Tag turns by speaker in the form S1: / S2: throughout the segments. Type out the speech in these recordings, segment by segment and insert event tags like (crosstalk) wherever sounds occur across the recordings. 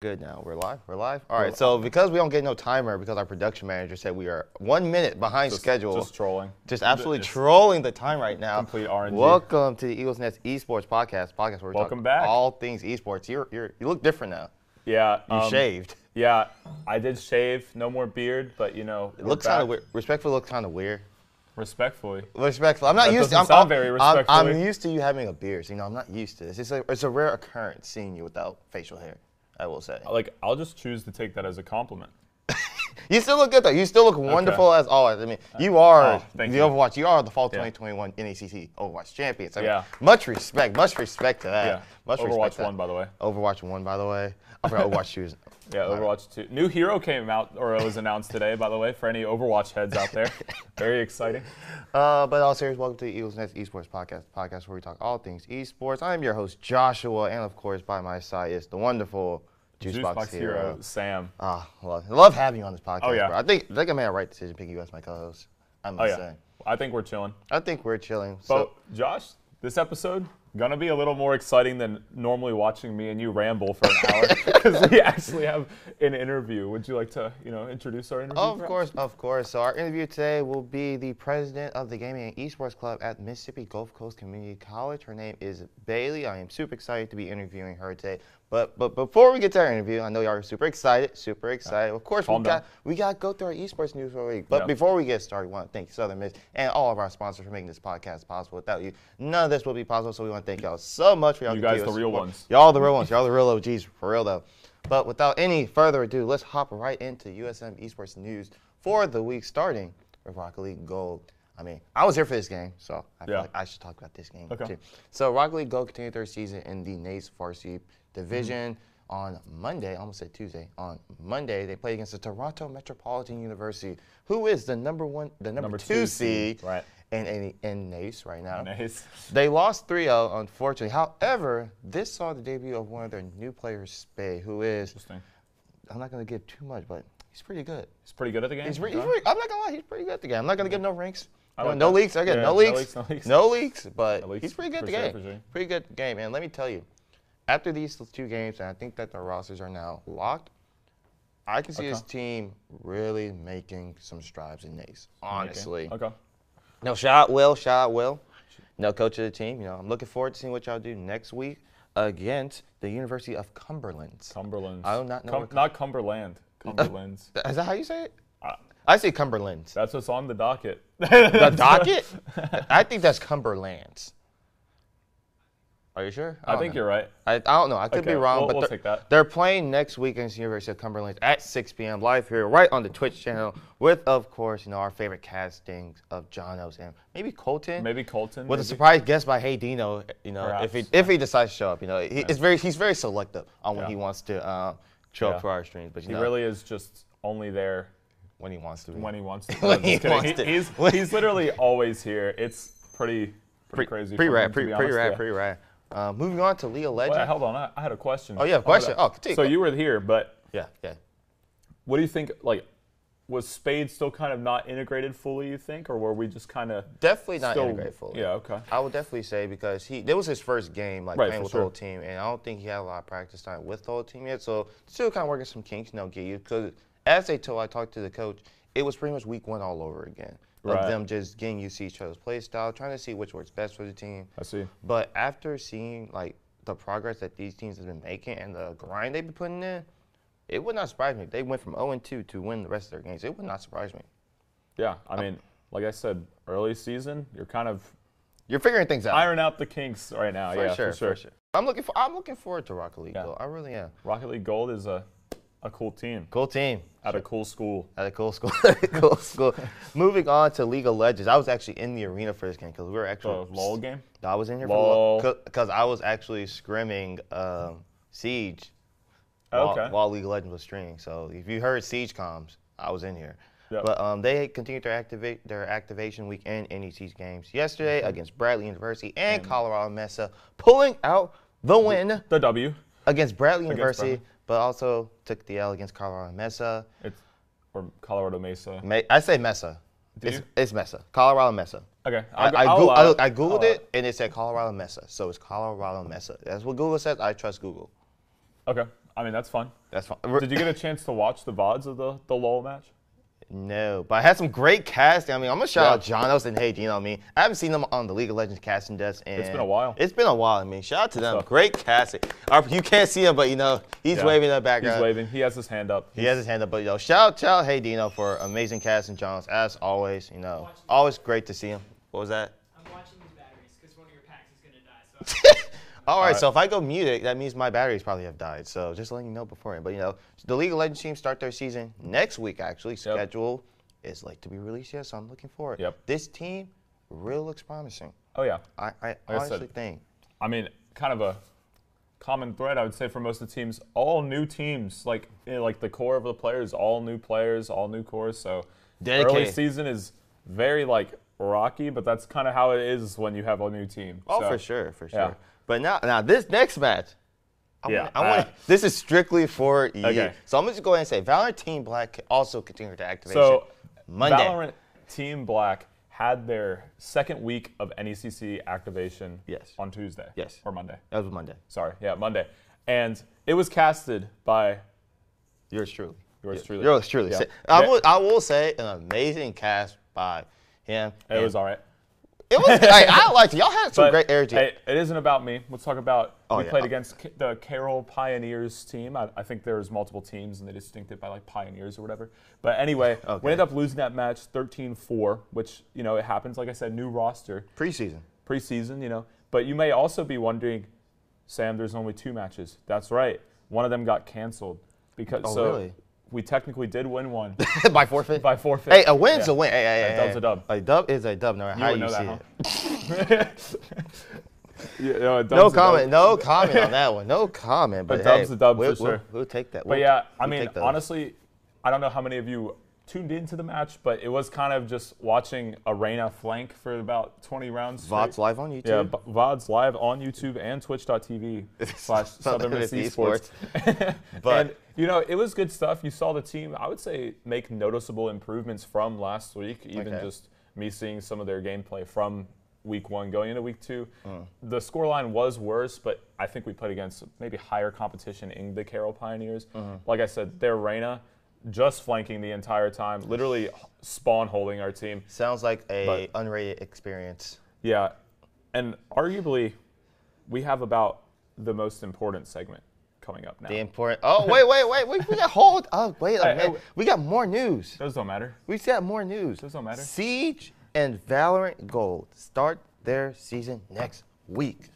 S1: Good now. We're live. We're live. All right. So because we don't get no timer, because our production manager said we are one minute behind schedule,
S2: Just trolling.
S1: just absolutely
S2: Just-
S1: trolling the time right now.
S2: complete RNG.
S1: Welcome to the Eagles Nest Esports Podcast. Podcast where we
S2: Welcome
S1: talk
S2: back.
S1: all things esports. You're, you're you look different now.
S2: Yeah.
S1: You
S2: um,
S1: shaved.
S2: Yeah, I did shave. No more beard, but you know,
S1: It looks kind of weird. Respectful looks kind of weird.
S2: Respectfully,
S1: Respectful. I'm not
S2: That
S1: used. to, I'm,
S2: doesn't sound very
S1: I'm- I'm,
S2: respectfully.
S1: used to you having a beard. so, you know, I'm not used to this. It's a it's a rare occurrence seeing you without facial hair. I will say.
S2: like I'll just choose to take that as a compliment.
S1: You still look good though. You still look wonderful as always. I mean, you are
S2: oh, thank
S1: the
S2: you.
S1: Overwatch. You are the Fall
S2: Yeah.
S1: 2021 NACC Overwatch champions. I mean,
S2: Yeah.
S1: much respect. Much respect to that.
S2: Yeah.
S1: Much Eh, respect
S2: Overwatch
S1: to
S2: one,
S1: that.
S2: by the way.
S1: Overwatch one, by the way. I
S2: (laughs)
S1: forgot Overwatch two. is-
S2: Yeah, Overwatch two. New hero came out or it was announced today, by the way, for any Overwatch heads out
S1: (laughs)
S2: there. Very exciting.
S1: Uh, but all serious, welcome to the Eagles Nest Esports Podcast, podcast where we talk all things esports. I am your host Joshua, and of course, by my side is the wonderful Juicebox
S2: Juicebox
S1: Hero.
S2: Hero, Sam.
S1: Ah, love, love having you on this podcast.
S2: yeah.
S1: bro. I think I think I made a right decision picking you as my co-host. I must
S2: Oh yeah,
S1: say.
S2: I think we're chilling.
S1: I think we're chilling.
S2: But
S1: So,
S2: Oh, Josh, this episode gonna be a little more exciting than normally watching me and you ramble for an hour
S1: (laughs)
S2: because we actually have an interview. Would you like to, you know, introduce our interview?
S1: Of
S2: perhaps?
S1: course, of course. So our interview today will be the president of the Gaming and Esports Club at Mississippi Gulf Coast Community College. Her name is Bailey. I am super excited to be interviewing her today. But but before we get to our interview, I know y'all are super excited, super excited. Of course, we
S2: Calm down.
S1: got we got to go through our esports news for the week. But
S2: Yeah.
S1: before we get started, we want to thank Southern Miss and all of our sponsors for making this podcast possible. Without you, none of this would be possible. So we want to thank y'all so much for y'all.
S2: You guys
S1: continuous
S2: the real
S1: support.
S2: ones.
S1: Y'all the real ones. Y'all the real OGs for real though. But without any further ado, let's hop right into USM Esports News for the week, starting with Rocket League Gold. I mean, I was here for this game, so I feel
S2: Yeah.
S1: like I should talk about this game
S2: Okay.
S1: too. So Rocket League Gold continued their season in the NACE Varsity Division on Monday. I almost said Tuesday. On Monday, they played against the Toronto Metropolitan University, who is the number one, the number,
S2: Number
S1: two,
S2: two
S1: seed,
S2: seed, right.
S1: in, in, in NACE right now.
S2: Nice.
S1: They lost 3 0, unfortunately. However, this saw the debut of one of their new players, Spay, who is,
S2: Interesting.
S1: I'm not going to give too much, but he's pretty good.
S2: He's pretty good at the game.
S1: He's pretty,
S2: huh?
S1: he's pretty- I'm not going to lie, he's pretty good at the game. I'm not going to give no ranks.
S2: I
S1: no,
S2: like
S1: no
S2: that.
S1: leaks, again,
S2: Yeah,
S1: no,
S2: no
S1: leaks,
S2: leaks, no leaks.
S1: no leaks, but
S2: No leaks,
S1: he's pretty good at
S2: for
S1: the
S2: sure,
S1: game.
S2: for sure.
S1: Pretty good game. And let me tell you, after these two games, and I think that their rosters are now locked, I can see
S2: Okay.
S1: this team really making some strides in Nace,
S2: Okay.
S1: honestly.
S2: Okay.
S1: No, shout out Will. Shout out Will. No coach of the team. You know, I'm looking forward to seeing what y'all do next week against the University of Cumberland.
S2: Cumberland.
S1: I do not know what-
S2: not Cumberland.
S1: (laughs)
S2: Cumberland's.
S1: Is that how you say it?
S2: Uh,
S1: I say Cumberland.
S2: That's what's on the docket. (laughs)
S1: Oh, The docket? I think that's Cumberlands. Are you sure?
S2: I
S1: don't
S2: think
S1: know.
S2: you're right.
S1: I, I don't know. I could be
S2: Okay,
S1: wrong,
S2: we'll-
S1: but
S2: we'll
S1: they're,
S2: take that.
S1: they're playing next week against the University of Cumberland at 6 p.m. live here, right on the Twitch channel, with of course, you know, our favorite castings of John O's and maybe Colton.
S2: Maybe Colton.
S1: with a
S2: maybe?
S1: surprise guest by Hey Dino, you know, if he
S2: Perhaps.
S1: if he decides to show up, you know, he, it's very he's very selective on when
S2: Yeah.
S1: he wants to um, show
S2: Yeah.
S1: up for our streams, but you
S2: He
S1: know,
S2: really is just only there
S1: when he wants to. be.
S2: when
S1: (laughs)
S2: he wants to.
S1: When
S2: I'm just
S1: he
S2: kidding.
S1: wants to.
S2: he's,
S1: (laughs) When-
S2: he's literally always here. It's pretty pretty crazy.
S1: Pretty
S2: for him,
S1: rad,
S2: to
S1: pretty
S2: be
S1: pretty
S2: honest,
S1: rad,
S2: yeah.
S1: pretty rad. Uh, moving on to League of
S2: Wait,
S1: Legends.
S2: hold on. I, I had a question.
S1: Oh, you have a
S2: Hold
S1: question?
S2: up.
S1: Oh, continue.
S2: So you were here, but
S1: yeah, yeah.
S2: what do you think? Like, was Spade still kind of not integrated fully? You think, or were we just kind of
S1: Definitely not
S2: still?
S1: integrated fully.
S2: Yeah. Okay.
S1: I would definitely say because he that was his first game like
S2: Right,
S1: playing
S2: for
S1: with
S2: sure.
S1: the whole team, and I don't think he had a lot of practice time with the whole team yet. So still kind of working some kinks. No, get you because as they told I talked to the coach, it was pretty much week one all over again of
S2: Right.
S1: them just getting used to each other's play style, trying to see which works best for the team.
S2: I see.
S1: But after seeing like the progress that these teams have been making and the grind they've been putting in, it would not surprise me if they went from 0 and 2 to win the rest of their games. It would not surprise me.
S2: Yeah.
S1: Oh.
S2: I mean, like I said, early season, you're kind of
S1: You're figuring things out.
S2: iron out the kinks right now.
S1: for,
S2: yeah,
S1: sure,
S2: for sure.
S1: I'm looking for. I'm looking forward to Rocket League
S2: Yeah.
S1: though. I really am.
S2: Rocket League Gold is a, a cool team
S1: Cool team.
S2: at a cool school.
S1: At a cool school. (laughs) At a
S2: (laughs)
S1: cool school. Moving on to League of Legends. I was actually in the arena for this game because we were actually.
S2: The Oh, LOL game.
S1: I was in here for
S2: Lol.
S1: because I was actually scrimming um, Siege
S2: Oh,
S1: while,
S2: okay.
S1: while League of Legends was streaming. So if you heard Siege comms, I was in here.
S2: Yep.
S1: But um, they continued their activate their activation weekend NEC's games yesterday
S2: Mm-hmm.
S1: against Bradley University and Colorado Mesa, pulling out the win
S2: The W.
S1: against Bradley University,
S2: Bradley. Mm-hmm.
S1: but also took the L against Colorado Mesa.
S2: It's or Colorado Mesa.
S1: Ma- I say Mesa.
S2: Do
S1: it's,
S2: you?
S1: it's Mesa. Colorado Mesa.
S2: Okay.
S1: I,
S2: I'll go-
S1: I,
S2: I'll uh,
S1: goo-
S2: allow
S1: I,
S2: it.
S1: I Googled
S2: I'll allow
S1: it and it said Colorado Mesa. So it's Colorado Mesa. That's what Google says. I trust Google.
S2: uh, Okay. I mean, that's fun.
S1: That's fine.
S2: Did you get a chance to watch the VODs of the, the Lowell match?
S1: (laughs) No, but I had some great casting. I mean, I'm gonna shout
S2: Yeah.
S1: out John Ellis and Hey, you know what I mean? I haven't seen them on the League of Legends casting desk. And
S2: been a while.
S1: It's been a while. I mean, shout out to them.
S2: up?
S1: Great casting. Uh, You can't see him, but you know he's
S2: Yeah.
S1: waving in the
S2: He's
S1: background.
S2: waving. He has his hand up.
S1: He has his hand up, but yo, shout out, shout out, hey Dino for amazing casting, John. As always, you know, always great to see him. What was that?
S3: I'm watching these batteries because one of your packs is gonna die. So
S1: (laughs) All right,
S2: right.
S1: so if I go muted, that means my batteries probably have died. So just letting you know beforehand. But you know, the League of Legends team start their season next week. Actually, schedule is like to be released yet, so I'm looking forward.
S2: Yep.
S1: This team really looks promising.
S2: Oh yeah.
S1: I, I
S2: I said-
S1: honestly think.
S2: I mean, kind of a common thread I would say for most of the teams. All new teams, like you know, like the core of the players, all new players, all new cores. So early
S1: Dedicated.
S2: season is very like rocky, but that's kind of how it is when you have a new team.
S1: Oh,
S2: So,
S1: for sure, for sure.
S2: yeah.
S1: But now, now this next match. I
S2: Yeah,
S1: Want, I want.
S2: uh,
S1: this is strictly for you.
S2: Okay.
S1: So I'm gonna just go ahead and say, Valorant Team Black can also continue to activation.
S2: So
S1: Monday.
S2: Valorant Team Black had their second week of NECC activation
S1: Yes.
S2: on Tuesday.
S1: Yes.
S2: Or Monday.
S1: that was Monday.
S2: Sorry. Yeah, Monday. And it was casted by
S1: Yours truly.
S2: Yours
S1: Yeah,
S2: truly.
S1: Yours truly.
S2: Yeah.
S1: Say- I,
S2: Ve-
S1: will, I will say an amazing cast by him.
S2: It
S1: and-
S2: was all right.
S1: It
S2: (laughs)
S1: was. I, I liked it. Y'all had some
S2: But,
S1: great energy.
S2: hey, it isn't about me. Let's talk about
S1: Oh,
S2: we
S1: yeah.
S2: played against K- the Carroll Pioneers team. I, I think there's multiple teams and they distinct it by like Pioneers or whatever. But anyway,
S1: (laughs) Okay.
S2: we ended up losing that match 13-4, which you know it happens. Like I said, new roster,
S1: Preseason. (laughs)
S2: preseason, you know. But you may also be wondering, Sam, there's only two matches. That's right. One of them got canceled because
S1: Oh,
S2: so
S1: really?
S2: we technically did win one
S1: by (laughs) forfeit.
S2: by forfeit.
S1: Hey, a win's
S2: Yeah.
S1: a win. Hey, hey,
S2: A
S1: hey,
S2: dub's
S1: hey.
S2: a dub.
S1: A dub is a dub, no matter how
S2: would
S1: you
S2: know
S1: see
S2: that,
S1: it.
S2: huh?
S1: (laughs)
S2: (laughs) Yeah, no,
S1: No
S2: it dubs it up.
S1: comment. No comment on that one. No (laughs) comment. But,
S2: But dub's
S1: hey,
S2: a dub for
S1: we'll,
S2: sure.
S1: We'll, we'll take that.
S2: But
S1: We'll-
S2: yeah, I
S1: we'll
S2: mean,
S1: take those.
S2: honestly, I don't know how many of you tuned into the match, but it was kind of just watching Arena flank for about 20 rounds.
S1: VOD's
S2: straight.
S1: live on YouTube.
S2: Yeah, b- VODs live on YouTube and
S1: (laughs)
S2: twitch.tv slash Southern Miss Esports. (laughs)
S1: But-
S2: and, you know, it was good stuff. You saw the team, I would say, make noticeable improvements from last week, even
S1: Okay.
S2: just me seeing some of their gameplay from week one going into week two.
S1: Mm.
S2: The scoreline was worse, but I think we played against maybe higher competition in the Carroll Pioneers.
S1: Mm-hmm.
S2: Like I said, their Reyna just flanking the entire time, literally h- spawn holding our team.
S1: Sounds like a
S2: But-
S1: unrated experience.
S2: Yeah, and arguably, we have about the most important segment coming up now.
S1: The important. Oh wait, wait, wait, wait. We got hold. Oh
S2: (laughs)
S1: wait a
S2: Hey,
S1: minute.
S2: hey,
S1: We got more news.
S2: Those don't matter.
S1: We got more news.
S2: Those don't matter.
S1: Siege and Valorant Gold start their season next week.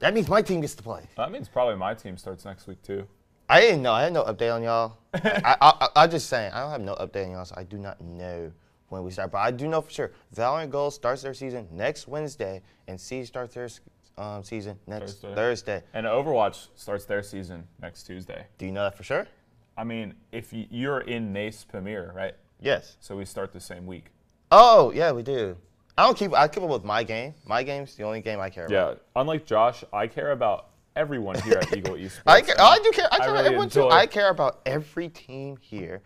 S1: That means my team gets to play.
S2: That means probably my team starts next week too.
S1: I didn't know. I had no update on
S2: (laughs)
S1: y'all. I, I, I, am just saying. I don't have no update on y'all, so I do not know when we start. But I do know for sure. Valorant Gold starts their season next Wednesday, and Siege starts their s- um, season next
S2: Thursday.
S1: Thursday.
S2: And Overwatch starts their season next Tuesday.
S1: Do you know that for sure?
S2: I mean, if y- you're in Nace Premier, right?
S1: Yes.
S2: So we start the same week.
S1: Oh yeah, we do. I don't keep. I keep up with my game. My game's the only game I care about.
S2: Yeah. Unlike Josh, I care about everyone here
S1: (laughs)
S2: at Eagle Esports.
S1: I care, I do care. I
S2: I
S1: care about
S2: really
S1: everyone too.
S2: enjoy-
S1: I care about every team here.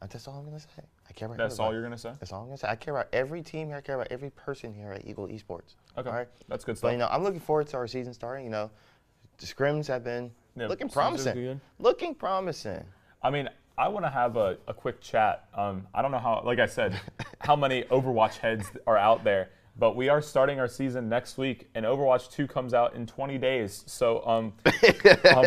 S1: Uh, That's all I'm gonna say. I care about.
S2: That's all
S1: everybody.
S2: you're gonna say.
S1: That's all I'm gonna say. I care about every team here. I care about every person here at Eagle Esports.
S2: Okay.
S1: All right.
S2: That's good
S1: But
S2: stuff.
S1: you know, I'm looking forward to our season starting. You know, the scrims have been
S2: Yeah,
S1: looking
S2: scrims are
S1: promising.
S2: good.
S1: Looking promising.
S2: I mean, I want to have a, a quick chat. Um, I don't know how, like I
S1: (laughs)
S2: said, how many Overwatch heads are out there, but we are starting our season next week, and Overwatch 2 comes out in 20 days.
S1: (laughs)
S2: So um, um,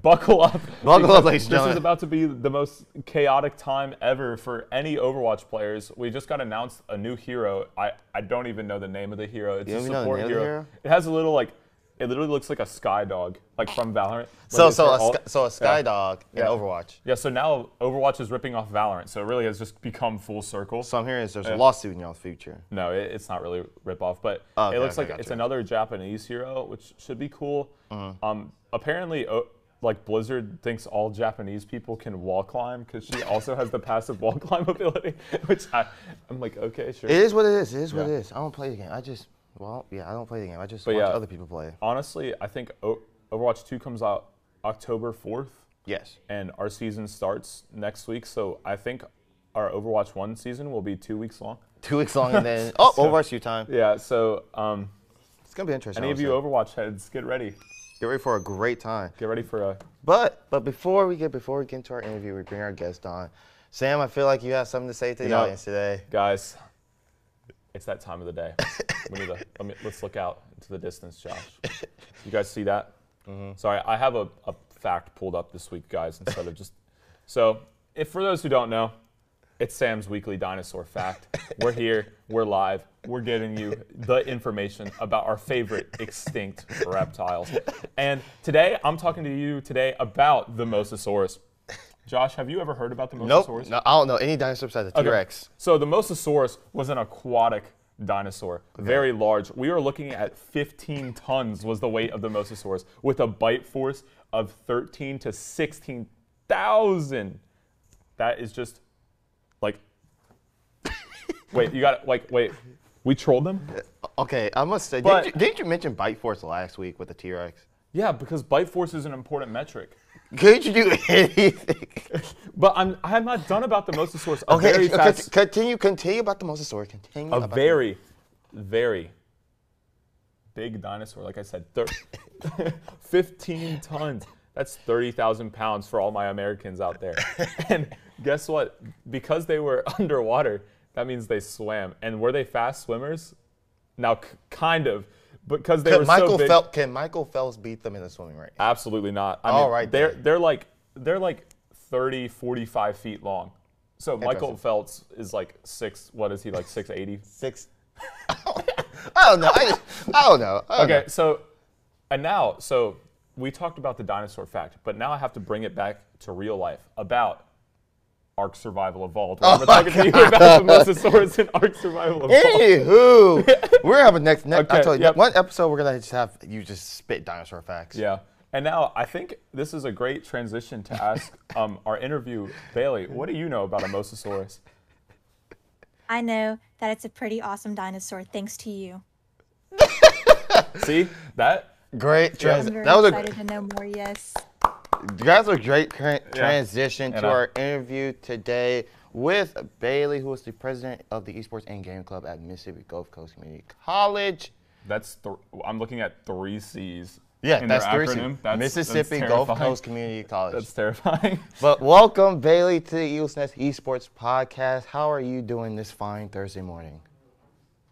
S2: buckle up.
S1: Buckle up, ladies
S2: because
S1: and
S2: This
S1: gentlemen.
S2: is about to be the most chaotic time ever for any Overwatch players. We just got announced a new hero. I, I don't even know the name of the hero. It's
S1: You
S2: a
S1: don't even know the
S2: support
S1: name of the
S2: hero.
S1: hero?
S2: It has a little, like, it literally looks like a sky dog, like from Valorant.
S1: So
S2: Like,
S1: so
S2: they're
S1: a
S2: all-
S1: sky, so a
S2: Yeah.
S1: sky dog in
S2: Yeah.
S1: Overwatch.
S2: Yeah, so now Overwatch is ripping off Valorant, so it really has just become full circle.
S1: So I'm hearing is there's a lawsuit in y'all's future.
S2: no, it, it's not really rip off, but
S1: Oh, okay,
S2: it looks
S1: okay,
S2: like it's
S1: gotcha. Uh-huh.
S2: another Japanese hero, which should be cool. Um, apparently, o- like Blizzard thinks all Japanese people can wall climb because she also has the passive wall (laughs) climb ability, which I, I'm like, okay, sure.
S1: It is what it is. It is what
S2: Yeah.
S1: it is. I don't play the game. I just well yeah I don't play the game. I just
S2: But
S1: watch
S2: yeah.
S1: other people play.
S2: Honestly, I think o- Overwatch 2 comes out October 4th.
S1: Yes.
S2: and our season starts next week. So I think our Overwatch One season will be two weeks long.
S1: (laughs) Two weeks long and (laughs) then oh
S2: So-
S1: Overwatch two time.
S2: Yeah. So um,
S1: It's gonna be interesting.
S2: any of you
S1: honestly.
S2: Overwatch heads, get ready.
S1: Get ready for a great time.
S2: Get ready for a
S1: But but before we get before we get into our interview, we bring our guest on. Sam, I feel like you have something to say to the
S2: know-
S1: audience today.
S2: guys. It's that time of the day. we need to let me, let's look out into the distance, Josh. You guys see that? Sorry, I have a, a fact pulled up this week, guys, instead of just. So, if for those who don't know, it's Sam's weekly dinosaur fact. We're here, we're live, we're giving you the information about our favorite extinct reptiles. And today, I'm talking to you today about the Mosasaurus. Josh, have you ever heard about the
S1: Nope,
S2: Mosasaurus?
S1: no, I don't know any dinosaur besides the
S2: Okay.
S1: T-Rex.
S2: So the Mosasaurus was an aquatic dinosaur, very large. We were looking at 15 tons was the weight of the Mosasaurus, with a bite force of 13 to 16,000. That is just like, (laughs) wait, you got to like wait. We trolled them?
S1: Okay, I must say,
S2: But-
S1: didn't, you, didn't you mention Bite Force last week with the T-Rex?
S2: Yeah, because bite force is an important metric.
S1: Could you do
S2: (laughs)
S1: anything?
S2: But I'm I am not done about the Mosasaurus. A
S1: Okay,
S2: very
S1: okay,
S2: fast,
S1: continue, continue about the Mosasaur. Continue
S2: a
S1: about
S2: very, very big dinosaur. Like I said, thir- (laughs) 15 tons. That's 30,000 pounds for all my Americans out there. (laughs) And guess what? Because they were (laughs) underwater, that means they swam. And were they fast swimmers? Now, k- kind of. Because they
S1: The,
S2: were
S1: can Michael
S2: so big.
S1: Phelps? Can Michael Phelps beat them in the swimming race?
S2: Absolutely not. I
S1: All
S2: mean,
S1: right
S2: they're
S1: then.
S2: they're like they're like 30, 45 feet long. So Michael
S1: Impressive.
S2: Phelps is like six. What is he like six eighty?
S1: Six. (laughs) I don't know. I, just, I don't know. I don't
S2: (laughs) Okay, so and now so we talked about the dinosaur fact, but now I have to bring it back to real life about Ark Survival Evolved. We're
S1: Oh
S2: talking to you about the Mosasaurus and Ark
S1: (laughs)
S2: Survival
S1: Eh.
S2: Evolved. (laughs)
S1: Anywho, we're having next. next I
S2: Okay,
S1: told you,
S2: yep.
S1: one episode we're gonna just have you just spit dinosaur facts.
S2: Yeah. And now I think this is a great transition to ask um, our interview Bailey. What do you know about a Mosasaurus?
S4: I know that it's a pretty awesome dinosaur thanks to you.
S2: See that?
S1: Great.
S4: I'm
S1: Trans-
S4: very
S1: that was a
S4: excited to know more. Yes.
S1: That's a great tran- transition
S2: And
S1: to
S2: I-
S1: our interview today with Bailey, who is the president of the Esports and Game Club at Mississippi Gulf Coast Community College.
S2: That's th- I'm looking at three C's.
S1: Yeah,
S2: in
S1: that's
S2: their
S1: three
S2: acronym.
S1: C's.
S2: That's- that's
S1: Mississippi Gulf
S2: terrifying.
S1: Coast Community College.
S2: That's terrifying.
S1: but welcome, Bailey, to the Eagles Nest Esports Podcast. How are you doing this fine Thursday morning?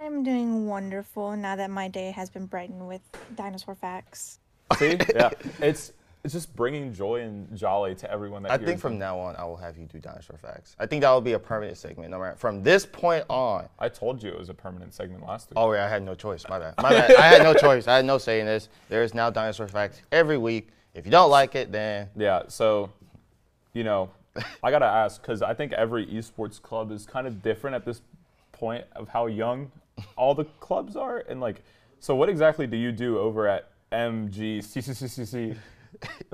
S4: I'm doing wonderful now that my day has been brightened with dinosaur facts.
S1: (laughs)
S2: See, yeah, it's it's just bringing joy and jolly to everyone that
S1: I
S2: hears
S1: think from
S2: it.
S1: now on, I will have you do dinosaur facts. I think that will be a permanent segment. No matter from this point on.
S2: I told you it was a permanent segment last week.
S1: Oh wait, I had no choice. My bad. My bad. I had no choice. I had no say in this. There is now dinosaur facts every week. If you don't like it, then
S2: Yeah, so you know, I gotta ask because I think every esports club is kind of different at this point of how young all the clubs are, and like, so what exactly do you do over at MGCCCC?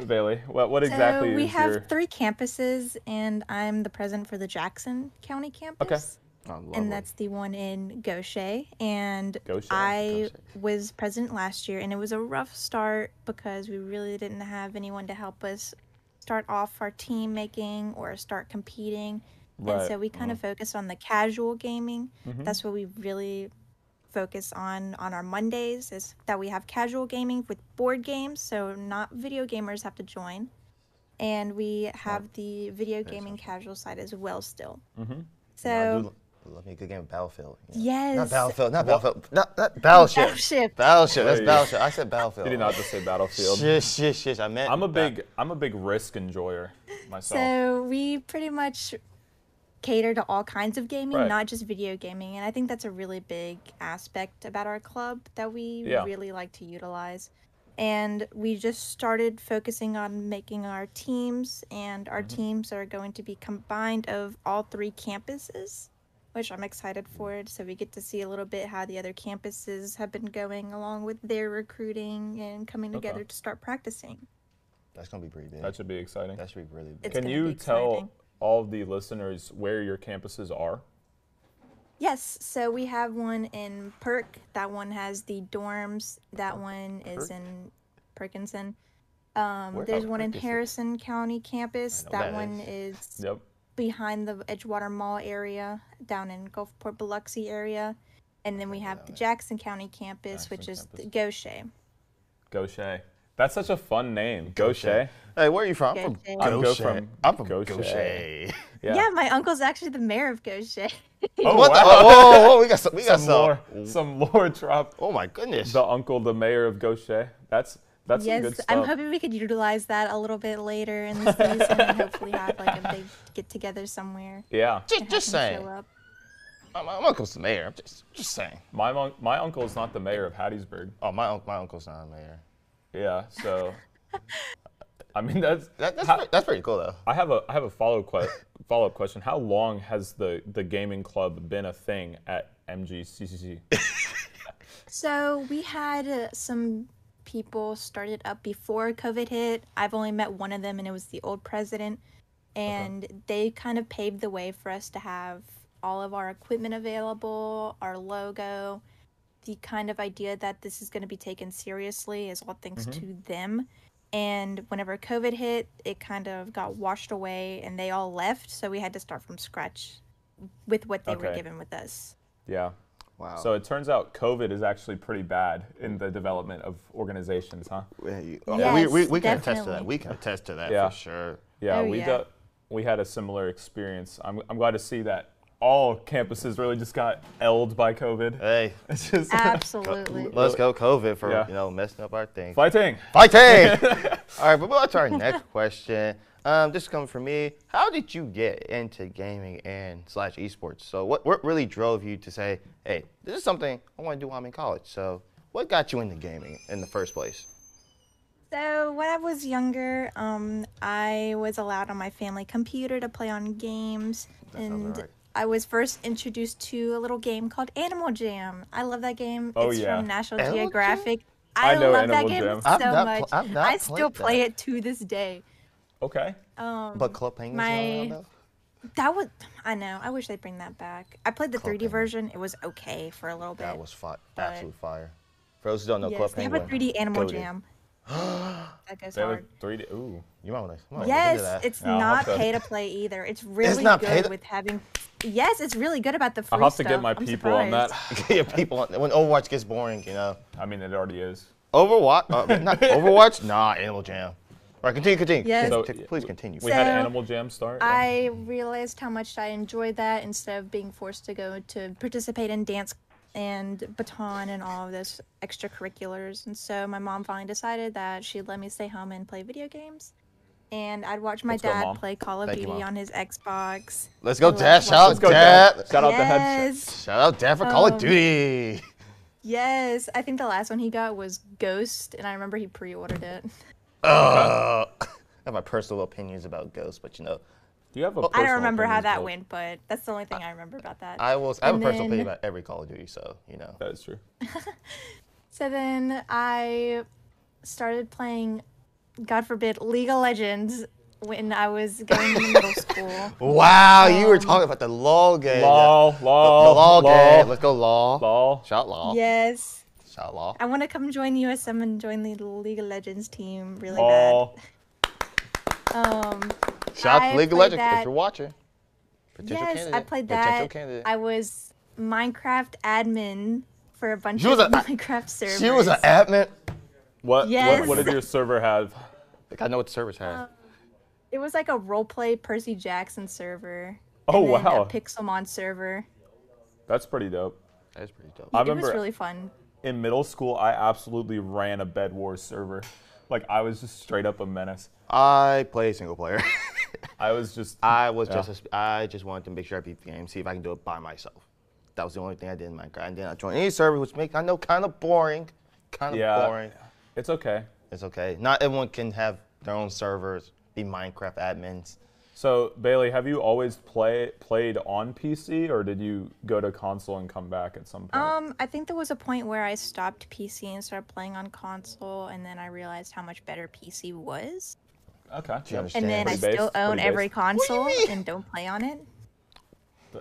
S2: Bailey, what, what exactly
S4: so we
S2: is
S4: have
S2: your
S4: three campuses, and I'm the president for the Jackson County campus.
S1: oh, lovely.
S4: And that's the one in Gaucher. And
S2: Gaucher,
S4: I
S1: Gaucher.
S4: was president last year, and it was a rough start because we really didn't have anyone to help us start off our team making or start competing. And
S2: Right,
S4: so we kind of focused on the casual gaming. That's what we really focus on on our Mondays is that we have casual gaming with board games, so not video gamers have to join. And we have the video gaming casual side as well still. Mm-hmm. So
S1: I do lo- love me a good game of Battlefield. you know. Not
S4: Yes.
S1: Battlefield. Not Battlefield. Not, not Battleship.
S4: Battleship.
S1: Battleship. That's
S2: Hey.
S1: Battleship. I said Battlefield.
S2: you did not just say Battlefield.
S1: Shish, shish, shish. I meant.
S2: I'm a
S1: ba-
S2: big I'm a big risk enjoyer myself.
S4: So we pretty much cater to all kinds of gaming,
S2: Right.
S4: not just video gaming. And I think that's a really big aspect about our club that we
S2: Yeah.
S4: really like to utilize. And we just started focusing on making our teams, and our
S2: Mm-hmm.
S4: teams are going to be combined of all three campuses, which I'm excited for. So we get to see a little bit how the other campuses have been going along with their recruiting and coming together to start practicing.
S1: That's gonna be pretty big.
S2: that should be exciting.
S1: that should be really big.
S4: It's
S2: Can
S4: gonna
S2: you
S4: be
S2: tell
S4: exciting.
S2: all the listeners where your campuses are?
S4: Yes, so we have one in Perk. That one has the dorms. That one is
S2: Perk?
S4: in Perkinson. Um,
S1: Where
S4: there's
S1: about
S4: one in
S1: Perk is it?
S4: Harrison County campus.
S1: know
S4: That,
S1: that
S4: one is
S2: Yep.
S4: behind the Edgewater Mall area, down in Gulfport Biloxi area. And then we have the Jackson County campus, which
S2: Jackson
S4: is
S2: campus.
S4: the Gaucher.
S2: Gaucher. That's such a fun name, Gaucher.
S1: Hey, where are you from? I'm from
S4: Gaucher.
S2: I'm go
S1: Gaucher.
S2: from
S1: I'm from
S2: Gaucher.
S1: Gaucher.
S4: Yeah. my uncle's actually the mayor of Gaucher. (laughs)
S2: Oh,
S1: What the?
S2: wow.
S1: Oh, whoa, whoa, we got some. We got
S2: some,
S1: some.
S2: lore, some lore (laughs) drop.
S1: Oh my goodness.
S2: The uncle, the mayor of Gaucher. That's that's some
S4: yes,
S2: good stuff.
S4: I'm hoping we could utilize that a little bit later in the season and hopefully have like a big get together somewhere.
S2: yeah,
S1: just,
S4: Have
S1: just
S4: him
S1: saying.
S4: show up.
S1: My, my uncle's the mayor. I'm just, just saying.
S2: my mon- my uncle is not the mayor of Hattiesburg.
S1: Oh, my uncle. My uncle's not a mayor.
S2: Yeah,
S4: (laughs)
S2: so I mean that's
S1: That, that's
S2: how-
S1: pre- that's pretty cool though.
S2: I have a I have a follow que- follow up question. How long has the the gaming club been a thing at
S1: (laughs)
S2: MGCCC?
S4: So we had uh, some people started up before COVID hit. I've only met one of them, and it was the old president, and they kind of paved the way for us to have all of our equipment available, our logo, the kind of idea that this is going to be taken seriously is all thanks to them. And whenever COVID hit, it kind of got washed away, and they all left. So we had to start from scratch with what they were
S2: Okay.
S4: given with us.
S2: Yeah.
S1: Wow.
S4: Oh.
S2: So it turns out COVID is actually pretty bad in the development of organizations, huh?
S1: Yeah, you- oh, we, we,
S4: Yes,
S1: we can attest to that.
S4: definitely.
S1: We can attest to that
S2: Yeah.
S1: for sure.
S2: Yeah,
S4: Oh,
S2: we
S4: yeah.
S2: got we had a similar experience. I'm I'm glad to see that all campuses really just got elled by COVID.
S4: Uh,
S1: Hey,
S2: (laughs) It's just
S4: Absolutely.
S1: let's go COVID for
S2: Yeah.
S1: you know messing up our thing.
S2: fighting.
S1: Fighting.
S2: (laughs)
S1: All right, but we'll to our next question. Um, this comes from me. How did you get into gaming and slash esports? So what what really drove you to say, hey, this is something I want to do while I'm in college. So what got you into gaming in the first place?
S4: So when I was younger, um, I was allowed on my family computer to play on games,
S1: That sounds
S4: and
S1: alright.
S4: I was first introduced to a little game called Animal Jam. I love that game.
S2: Oh,
S4: it's
S2: yeah.
S4: from National
S1: Animal Jam?
S4: Geographic.
S2: I
S4: I,
S2: know
S4: love
S2: Animal
S4: that game
S2: Jam.
S4: so
S1: I've not pl-
S4: much.
S1: I've not
S4: I still
S1: played
S4: play
S1: that.
S4: it to this day.
S2: Okay.
S4: Um,
S1: But Club Penguins
S4: my-
S1: around though?
S4: that was I know. I wish they'd bring that back. I played the 3D
S1: Penguin.
S4: version. It was okay for a little bit.
S1: That was fi-
S4: but-
S1: absolute fire. For those who don't know
S4: yes,
S1: Club
S4: they have
S1: Penguin.
S4: a 3D Animal
S1: go to.
S4: Jam. that goes
S2: They have
S4: hard.
S2: a three D ooh.
S1: You might want to
S4: Yes, it's
S2: Yeah, I'll
S4: not
S2: have to-
S4: pay to play either. It's really
S1: not pay
S4: good
S1: to-
S4: with having. Yes, it's really good about the free
S2: I'll have to
S4: stuff.
S2: get my
S4: I'm
S2: people on that.
S4: surprised.
S1: (laughs) yeah, people on- when Overwatch gets boring, you know.
S2: I mean it already is.
S1: Overwatch, uh, (laughs) not Overwatch, nah, Animal Jam. Right, continue, continue.
S4: Yes.
S1: Con-
S2: So,
S1: t- please continue.
S2: We had
S4: So,
S2: Animal Jam start. yeah.
S4: I realized how much I enjoyed that instead of being forced to go to participate in dance and baton and all of those extracurriculars. And so my mom finally decided that she'd let me stay home and play video games. And I'd watch my
S2: Let's go,
S4: dad
S2: Mom.
S4: play Call of
S1: Thank you,
S4: Duty
S1: Mom.
S4: on his Xbox.
S1: Let's go,
S4: Let's
S1: Dad. Shout
S2: Let's
S1: out,
S2: go,
S1: Dad.
S2: Dad. Shout out the headset.
S4: yes.
S1: Shout out, Dad, for Call of
S4: Um,
S1: Duty. (laughs)
S4: Yes, I think the last one he got was Ghost, and I remember he pre-ordered it.
S1: Ugh. I have my personal opinions about Ghosts, but you know,
S2: Do you have a
S4: I don't
S2: personal
S4: remember how
S2: opinion
S4: that
S2: about-
S4: went, but that's the only thing I remember about that.
S1: I will. I have
S4: And
S1: a personal
S4: then-
S1: opinion about every Call of Duty, so you know.
S2: That is true.
S4: so then I started playing, God forbid, League of Legends when I was going to (laughs) middle school.
S1: Wow, you
S4: Um,
S1: were talking about the LOL game.
S2: Lol,
S1: The, the
S2: lol,
S1: LOL, game.
S2: lol,
S1: Let's go LOL.
S2: lol.
S1: Shout LOL.
S4: Yes,
S1: Shout LOL.
S4: I want to come join USM and join the League of Legends team really
S2: lol.
S4: bad. Um,
S1: Shout out
S4: I
S1: to League of
S4: played
S1: Legends if
S4: that-
S1: you're watching. Potential
S4: yes,
S1: candidate.
S4: I played
S1: Potential
S4: that.
S1: candidate.
S4: I was Minecraft admin for a bunch
S1: She was
S4: of
S1: a-
S4: (laughs) Minecraft servers.
S1: she was an admin.
S2: What, what
S4: Yes.
S2: what did your server have?
S1: Like I know what the service has.
S4: Um, It was like a roleplay Percy Jackson server.
S2: Oh
S4: and then
S2: wow,
S4: A Pixelmon server.
S2: that's pretty dope.
S1: That's pretty dope.
S2: I
S4: it was
S2: remember
S4: really fun.
S2: in middle school, I absolutely ran a Bed Wars server. Like I was just straight up a menace.
S1: I play single player.
S2: I was just
S1: (laughs) I was
S2: Yeah.
S1: just a, sp- I just wanted to make sure I beat the game, see if I can do it by myself. That was the only thing I did in Minecraft. And then I joined any server, which make I know kind of boring, kind of
S2: Yeah.
S1: boring.
S2: it's okay.
S1: It's okay. Not everyone can have their own servers, be Minecraft admins.
S2: So Bailey, have you always play played on PC or did you go to console and come back at some point?
S4: Um, I think there was a point where I stopped PC and started playing on console, and then I realized how much better PC was.
S2: okay.
S1: you understand?
S4: And then I
S1: Pretty
S2: based,
S4: still own
S2: pretty
S4: every
S2: based.
S4: console and don't play on it.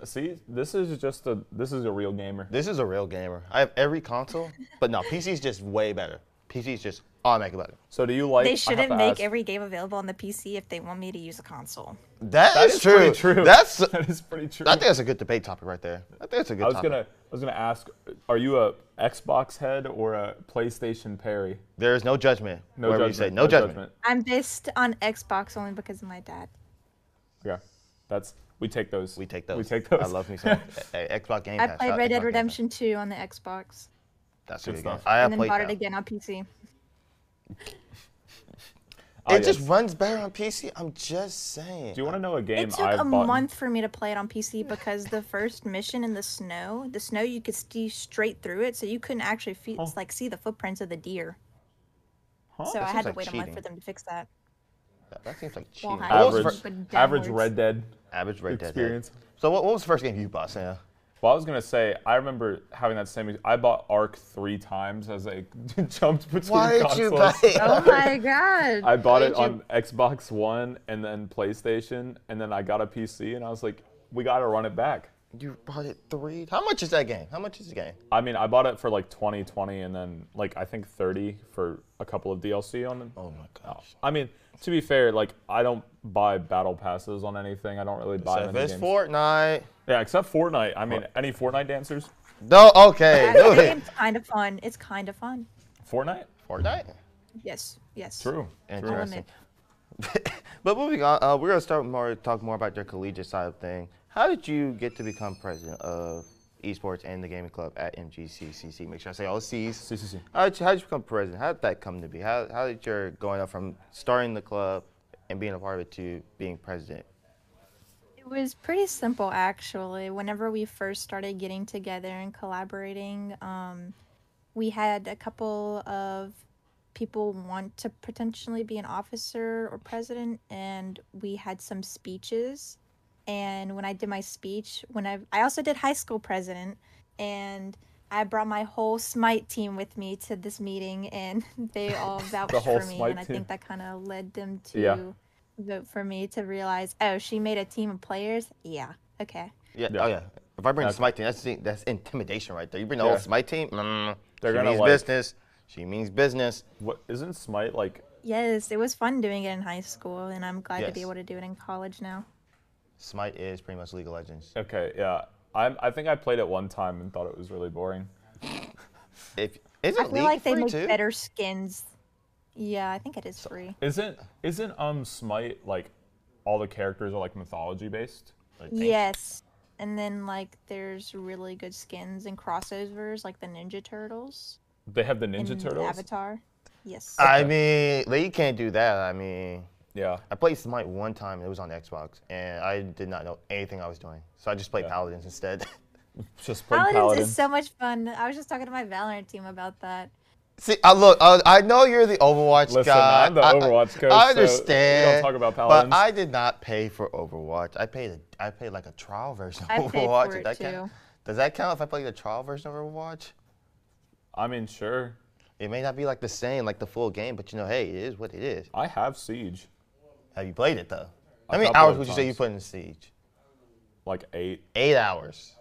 S2: See, this is just a this is a real gamer.
S1: This is a real gamer. I have every console, but no, PC's just way better. PC is just automatic button.
S2: So do you like? I
S4: They
S2: have
S4: shouldn't
S2: to
S4: make
S2: ask-
S4: every game available on the PC if they want me to use a console.
S1: that's
S2: That's pretty
S1: true.
S2: true.
S1: That's I
S2: (laughs) (laughs) that is pretty true.
S1: think that's a good debate topic right there. I think that's a good
S2: I was
S1: topic.
S2: gonna I was gonna ask, are you a Xbox head or a PlayStation Perry?
S1: There is no judgment.
S2: No
S1: wherever
S2: judgment.
S1: you say no, judgment.
S4: I'm based on Xbox only because of my dad.
S2: Okay, that's we take those.
S1: We take those.
S2: We take those.
S1: I love me some hey, Xbox Game
S4: I
S1: Pass.
S4: played
S1: Shout out Xbox Game
S4: Red Dead
S1: Pass.
S4: Redemption 2 on the Xbox
S1: That's a
S2: Good
S1: good game.
S2: stuff.
S1: I have
S4: and then
S1: played
S4: bought
S1: that.
S4: it again on PC.
S2: Ah,
S1: it just
S2: yes.
S1: runs better on PC. I'm just saying.
S2: (laughs) Do you want to know a game
S4: It took
S2: I've
S4: a
S2: bought?
S4: month for me to play it on PC because the first mission in the snow, the snow you could see straight through it, so you couldn't actually fe-
S2: Huh.
S4: like see the footprints of the deer.
S2: Huh?
S4: So
S1: That
S4: I
S1: seems
S4: had to
S1: like
S4: wait a month for
S1: cheating.
S4: them to fix that.
S1: That- That seems like cheating.
S4: Well, hi.
S1: What was the
S2: Average,
S1: fir-
S4: But
S2: average
S4: downwards.
S2: Red Dead
S1: average Red Dead.
S2: experience.
S1: So what, what was the first game you bought,
S2: (laughs)
S1: Sam?
S2: Well, I was gonna say, I remember having that same. I bought Arc three times as I (laughs) jumped between
S1: Why did
S2: consoles.
S1: you buy it?
S4: Oh
S2: (laughs)
S4: my god!
S2: I bought it
S1: Why did
S2: on Xbox One and then PlayStation, and then I got a PC, and I was like, we gotta run it back.
S1: (laughs) You bought it three. How much is that game? How much is the game?
S2: I mean, I bought it for like 20, 20, and then like I think 30 for a couple of DLC on it.
S1: Oh my gosh.
S2: I mean, to be fair, like I don't buy battle passes on anything. I don't really
S1: So
S2: buy
S1: if
S2: many
S1: it's
S2: games.
S1: Fortnite.
S2: yeah, except Fortnite. I mean, any Fortnite dancers?
S1: No. Okay.
S4: That (laughs)
S1: do it.
S4: game's kind of fun. It's kind of fun.
S2: Fortnite?
S1: Fortnite.
S4: Yes, yes.
S2: True.
S4: I'll
S1: Interesting.
S4: admit.
S1: (laughs) But moving on, uh, we're gonna start more talk more about your collegiate side of thing. How did you get to become president of esports and the gaming club at MGCCC? Make sure I say all the C's.
S2: CCC.
S1: How did you, how did you become president? How did that come to be? How, how did your going up from starting the club and being a part of it to being president?
S4: It was pretty simple, actually. Whenever we first started getting together and collaborating, um, we had a couple of people want to potentially be an officer or president, and we had some speeches. And when I did my speech, when I I also did high school president, and I brought my whole Smite team with me to this meeting, and (laughs)
S2: (laughs)
S4: they all vouched
S2: whole
S4: for me,
S2: Smite
S4: and I
S2: team.
S4: think that kind of led them to
S2: Yeah.
S4: vote for me to realize, oh, she made a team of players. Yeah. Okay.
S1: Yeah.
S2: Yeah.
S1: Oh yeah. If I bring
S2: Okay.
S1: the Smite team, that's the- that's intimidation right there. You bring the
S2: Yeah.
S1: whole Smite team. Mm,
S2: They're
S1: she
S2: gonna
S1: means
S2: like-
S1: business. She means business.
S2: What isn't Smite like?
S4: Yes, it was fun doing it in high school, and I'm glad to be
S1: Yes.
S4: able to do it in college now.
S1: Smite is pretty much League of Legends.
S2: Okay, yeah. I I think I played it one time and thought it was really boring.
S1: If is it
S4: I feel
S1: League
S4: like they
S1: free
S4: make
S1: too?
S4: better skins. Yeah, I think it is free.
S2: Isn't isn't um Smite like all the characters are like mythology based? Like,
S4: Yes. And then like there's really good skins and crossovers like the Ninja Turtles
S2: They have the Ninja
S4: and
S2: Turtles.
S4: Avatar. Yes.
S1: I mean, like, you can't do that. I mean,
S2: Yeah.
S1: I played Smite one time. It was on Xbox, and I did not know anything I was doing, so I just played
S2: Yeah.
S1: Paladins instead. (laughs)
S2: Just played
S4: Paladins,
S2: Paladin.
S4: is so much fun. I was just talking to my Valorant team about that.
S1: See, I look. I, I know you're the Overwatch
S2: Listen,
S1: guy.
S2: I'm the
S1: I-
S2: Overwatch coach, so
S1: I
S2: we don't
S1: understand.
S2: talk about Paladins.
S1: But I did not pay for Overwatch. I paid. A, I paid like a trial version of
S4: I paid for
S1: Overwatch.
S4: it,
S1: Does that count?
S4: too.
S1: Does that count if I play the trial version of Overwatch?
S2: I mean, sure.
S1: It may not be like the same, like the full game, but you know, hey, it is what it is.
S2: I have Siege,
S1: Have you played it though?
S2: A
S1: How many
S2: couple
S1: hours
S2: of
S1: would you say you
S2: times.
S1: put in Siege?
S2: like eight.
S1: Eight hours.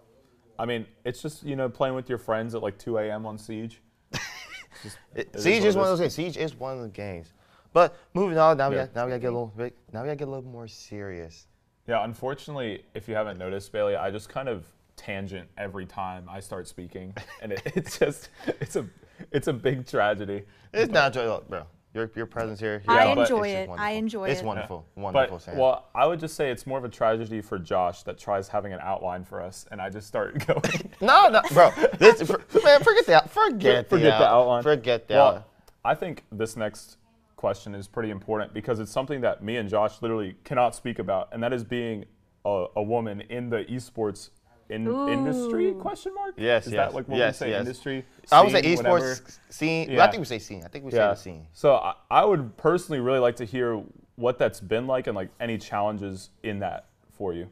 S2: I mean, it's just you know playing with your friends at like 2 a.m.
S1: (laughs)
S2: on Siege. It's just-
S1: It-
S2: it
S1: Siege
S2: what
S1: is
S2: it
S1: one of those games. Siege is one of the games. But moving on, now we
S2: Yeah.
S1: got, now we gotta get a little bit now we gotta get a little more serious.
S2: Yeah, unfortunately, if you haven't noticed, Bailey, I just kind of tangent every time I start speaking, and it, (laughs) it's just it's a it's a big tragedy.
S1: It's not enjoyable, bro. Your your presence here.
S4: I
S1: here, but
S4: enjoy
S1: it's just
S4: it. I
S1: wonderful.
S4: enjoy
S1: It's
S4: it.
S1: wonderful, wonderful.
S2: But
S1: Sam.
S2: well, I would just say it's more of a tragedy for Josh that tries having an outline for us, and I just start (laughs) going.
S1: no, no, bro. This for, man, forget that. Forget,
S2: forget
S1: the,
S2: the
S1: out-
S2: outline.
S1: Forget the
S2: Well,
S1: outline.
S2: I think this next question is pretty important because it's something that me and Josh literally cannot speak about, and that is being a, a woman in the esports in, industry?
S4: Ooh.
S2: Question mark.
S1: Yes,
S2: Is
S1: yes,
S2: that like what
S1: yes,
S2: we say
S1: yes.
S2: industry?
S1: I would say
S2: scene,
S1: esports
S2: whatever?
S1: scene.
S2: Yeah.
S1: I think we say scene. I think we say
S2: Yeah.
S1: the scene.
S2: So I, I would personally really like to hear what that's been like and like any challenges in that for you.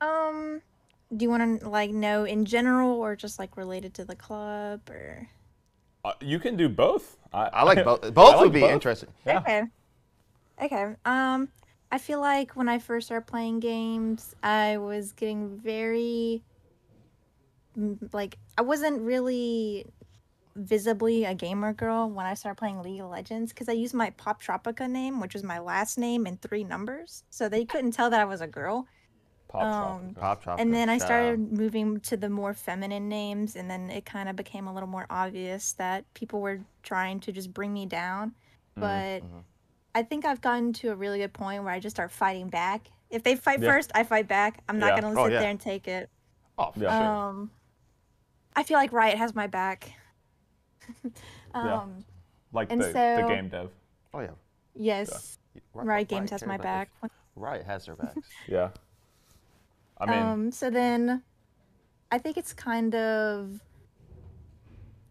S4: Um, do you want to like know in general or just like related to the club or?
S2: Uh, you can do both.
S1: I
S2: (laughs)
S1: like both. Both
S2: I like
S1: would be
S2: both.
S1: interesting.
S2: Yeah.
S4: Okay. Okay. Um, I feel like when I first started playing games, I was getting very, m- like, I wasn't really visibly a gamer girl when I started playing League of Legends because I used my Pop Tropica name, which was my last name and three numbers, so they couldn't tell that I was a girl.
S2: Pop
S4: Um,
S2: Tropica.
S1: Pop Tropica,
S4: and then I
S1: shout out.
S4: started moving to the more feminine names, and then it kind of became a little more obvious that people were trying to just bring me
S1: Mm,
S4: down. But
S1: mm-hmm.
S4: I think I've gotten to a really good point where I just start fighting back. If they fight
S2: Yeah.
S4: first, I fight back. I'm not
S2: Yeah.
S4: gonna sit
S1: Oh, yeah.
S4: there and take it.
S1: Oh, for
S2: Yeah.
S1: sure.
S4: Um, I feel like Riot has my back. (laughs) um,
S2: Yeah. Like the,
S4: and
S2: the
S4: so-
S2: game dev.
S1: Oh yeah.
S4: Yes,
S1: Ri-
S4: Riot Games has
S1: cares
S4: my
S1: about this.
S4: back.
S1: Riot has their backs.
S2: Yeah. I mean,
S4: um, so then I think it's kind of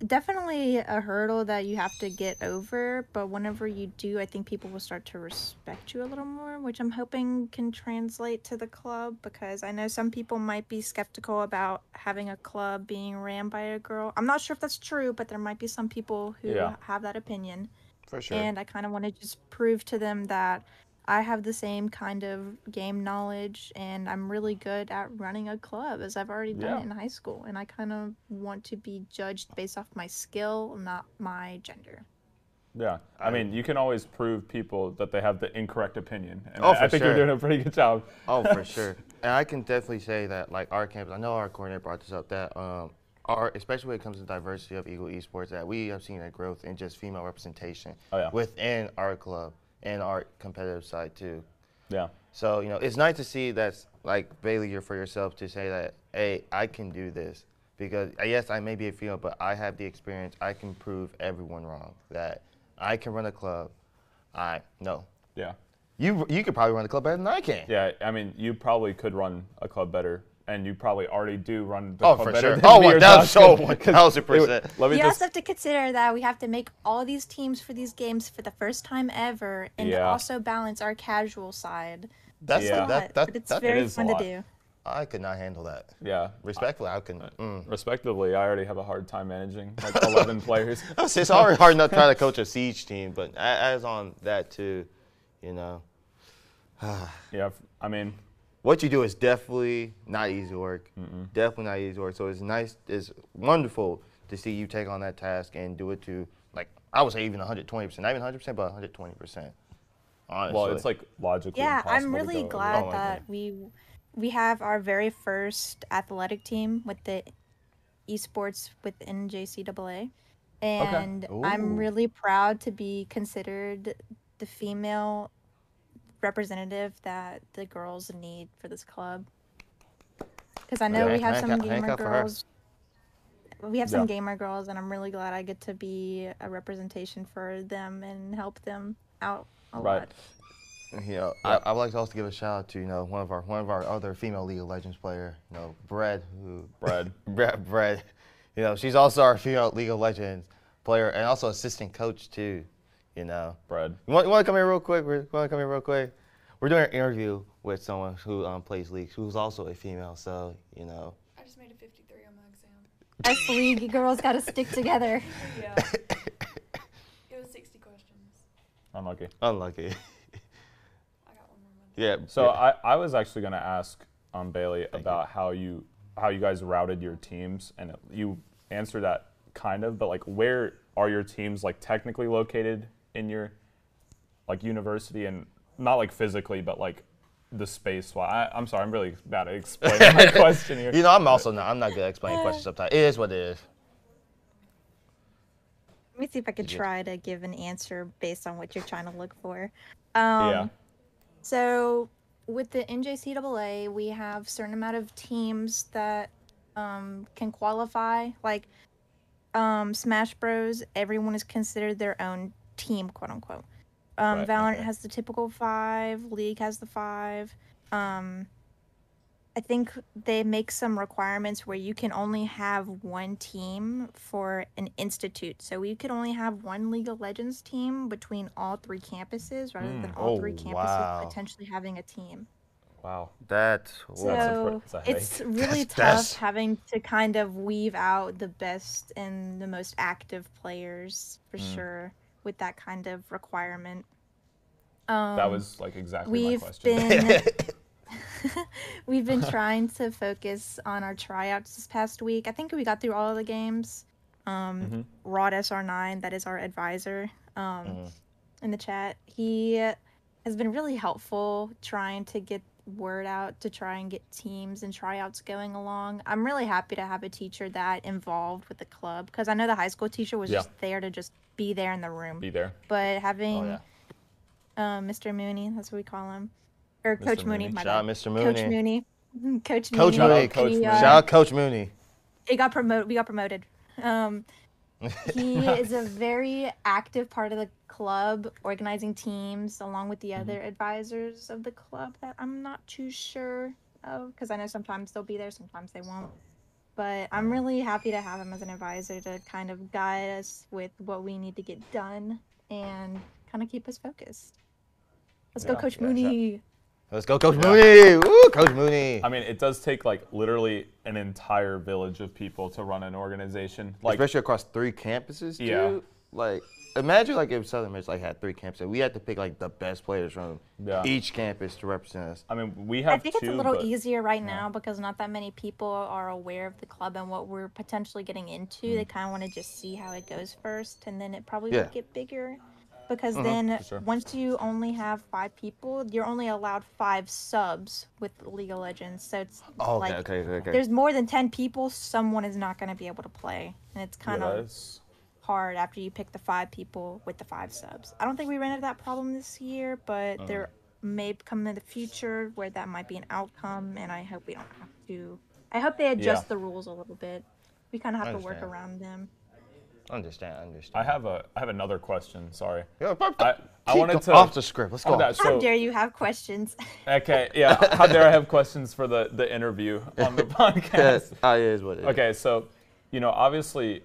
S4: definitely a hurdle that you have to get over, but whenever you do, I think people will start to respect you a little more, which I'm hoping can translate to the club because I know some people might be skeptical about having a club being ran by a girl. I'm not sure if that's true, but there might be some people who
S2: Yeah.
S4: have that opinion.
S1: (laughs) for sure.
S4: And I kind of want to just prove to them that I have the same kind of game knowledge and I'm really good at running a club as I've already done
S2: Yeah.
S4: it in high school. And I kind of want to be judged based off my skill, not my gender.
S2: yeah. I mean, you can always prove people that they have the incorrect opinion. And
S1: Oh,
S2: I, I
S1: for
S2: think
S1: sure.
S2: you're doing a pretty good job.
S1: Oh,
S2: (laughs)
S1: for sure. And I can definitely say that, like our campus, I know our coordinator brought this up, that um, our, especially when it comes to diversity of Eagle Esports, that we have seen a growth in just female representation
S2: Oh, yeah.
S1: within our club and our competitive side too.
S2: Yeah.
S1: So you know, it's nice to see that's like Bailey, you're for yourself to say that, hey, I can do this because uh, yes, I may be a female, but I have the experience. I can prove everyone wrong that I can run a club. I no,
S2: Yeah.
S1: you you could probably run a club better than I can.
S2: Yeah. I mean, you probably could run a club better. And you probably already do run the
S1: Oh,
S2: club
S1: for
S2: better.
S1: sure.
S2: than
S1: Oh,
S2: me or
S1: that's
S2: Josh
S1: so
S2: (laughs) could,
S1: one
S2: 'cause
S1: thousand
S2: it would-
S1: percent.
S2: Let me
S4: You
S2: just.
S4: also have to consider that we have to make all these teams for these games for the first time ever and to
S2: Yeah.
S4: also balance our casual side.
S1: That's
S2: Yeah.
S4: Yeah,
S1: that,
S4: but
S1: that,
S4: it's
S1: that,
S4: very
S2: is a
S4: fun to
S2: lot.
S4: do.
S1: I could not handle that.
S2: Yeah.
S1: Respectfully, I couldn't. Mm.
S2: Respectively, I already have a hard time managing
S1: (laughs)
S2: like 11 players.
S1: It's, it's already hard enough trying to coach a siege team, but a- as on that too, you know,
S2: Yeah. f- I mean,
S1: what you do is definitely not easy work. Definitely not easy work. So it's nice, it's wonderful to see you take on that task and do it to like I would say even 120 percent, not even 100 percent, but 120 percent. Honestly,
S2: well, it's like logically.
S4: yeah i'm
S2: impossible to
S4: really
S2: go-
S4: glad
S1: Oh, okay.
S4: that we we have our very first athletic team with the esports within jcaa and
S1: Ooh.
S4: i'm really proud to be considered the female representative that the girls need for this club because i know
S1: Yeah,
S4: we have
S1: hank-
S4: some
S1: hank
S4: gamer
S1: up for her.
S4: girls we have some
S2: Yeah.
S4: gamer girls and i'm really glad i get to be a representation for them and help them out a
S2: Right.
S4: lot
S1: You know, I, I would like to also give a shout out to you know one of our one of our other female League of Legends player, you know, Brad, who
S2: Brad.
S1: Brad, Brad, you know, she's also our female League of Legends player and also assistant coach too. You know,
S2: Brad.
S1: you want, you want to come here real quick? We're, you want to come here real quick? We're doing an interview with someone who um, plays League, who's also a female. So you know,
S5: I just made a 53 on my exam.
S4: Us league girls gotta stick together.
S5: Yeah. it was 60 questions.
S2: Unlucky.
S1: unlucky. (laughs)
S5: I got one more Monday.
S1: yeah.
S2: So
S1: yeah.
S2: I, I was actually going to ask um, Bailey about how you how you guys routed your teams, and you answered that kind of, but like where are your teams like technically located in your like university and not like physically, but like the space. Why? I, I'm sorry, I'm really bad at explaining my question here.
S1: you know, I'm also not. I'm not good at explaining questions
S4: Uh,
S1: sometimes. It is what it is.
S4: Let me see if I could
S1: Yes.
S4: try to give an answer based on what you're trying to look for.
S2: yeah,
S4: Um, So with the NJCAA, we have certain amount of teams that um, can qualify. Like um, Smash Bros, everyone is considered their own team, quote unquote. Um,
S2: Right,
S4: Valorant
S1: okay.
S4: has the typical five. League has the five. Um, I think they make some requirements where you can only have one team for an institute. So you could only have one League of Legends team between all three campuses rather than all
S1: oh,
S4: three campuses
S1: wow.
S4: potentially having a team.
S2: wow.
S1: That's
S2: that's a pr-
S4: So
S2: it's a headache.
S4: it's really
S1: That's-
S4: tough
S1: that's-
S4: having to kind of weave out the best and the most active players for
S2: Mm.
S4: sure with that kind of requirement. Um,
S2: that was like exactly
S4: we've
S2: my question. (laughs)
S4: been (laughs) we've been trying to focus on our tryouts this past week. I think we got through all of the games. um,
S2: Mm-hmm.
S4: Rod SR9, that is our advisor um,
S2: Mm-hmm.
S4: in the chat. He has been really helpful trying to get word out to try and get teams and tryouts going along. I'm really happy to have a teacher that involved with the club because I know the high school teacher was
S2: Yeah.
S4: just there to just be there in the room.
S2: Be there.
S4: But having
S1: Oh, yeah.
S4: um, Mr. Mooney, that's what we call him, or
S2: Mr.
S4: Coach Mooney.
S2: Mooney.
S4: My
S1: Shout out
S4: bad.
S1: Mr.
S4: Coach
S1: Mooney.
S4: Mooney. Coach Mooney. (laughs)
S1: Coach
S2: Shout out
S1: Mooney.
S2: Coach
S4: He,
S2: Mooney.
S4: uh,
S1: Shout out Coach Mooney.
S4: it got promoted. We got promoted. Um, he is a very active part of the club, organizing teams along with the other advisors of the club that I'm not too sure of because I know sometimes they'll be there, sometimes they won't. But I'm really happy to have him as an advisor to kind of guide us with what we need to get done and kind of keep us focused. Let's go,
S2: Yeah,
S4: Coach
S1: yeah, sure.
S4: Mooney.
S1: Let's go, Coach Mooney. Woo, Coach Mooney.
S2: I mean, it does take like literally an entire village of people to run an organization. Like,
S1: Especially across three campuses, too.
S2: Yeah.
S1: Like, imagine like if Southern Miss like had three campuses, we had to pick like the best players from
S2: Yeah.
S1: each campus to represent us.
S2: I mean, we
S4: I
S2: have
S4: think
S2: two.
S4: it's a little
S2: but
S4: easier right now because not that many people are aware of the club and what we're potentially getting into.
S2: Mm-hmm.
S4: They kind of want to just see how it goes first, and then it probably
S1: Yeah.
S4: would get bigger. Because then,
S2: Mm-hmm, for sure.
S4: once you only have five people, you're only allowed five subs with League of Legends. So it's
S1: Oh, okay,
S4: like
S1: okay, okay, okay.
S4: there's more than ten people, someone is not going to be able to play, and it's
S2: Yeah,
S4: kind
S2: that
S4: of
S2: is-
S4: hard after you pick the five people with the five subs. I don't think we ran into that problem this year,
S2: Oh.
S4: but there may come in the future where that might be an outcome, and I hope we don't have to. I hope they adjust
S2: Yeah.
S4: the rules a little bit. We kind of have to work
S1: Understand.
S4: around them.
S1: Understand, understand.
S2: I have a. I have another question. Sorry.
S1: Yeah, but-
S2: I, I
S1: keep
S2: wanted
S1: go-
S2: to.
S1: off the script. Let's go.
S2: Oh,
S1: off
S2: that-
S1: (laughs) the
S4: How
S2: So-
S4: dare you have questions? (laughs)
S2: Okay. Yeah. How dare I have questions for the the interview on
S4: (laughs)
S2: the podcast?
S1: script. Ah, it is what it is.
S2: Okay, so you know, obviously,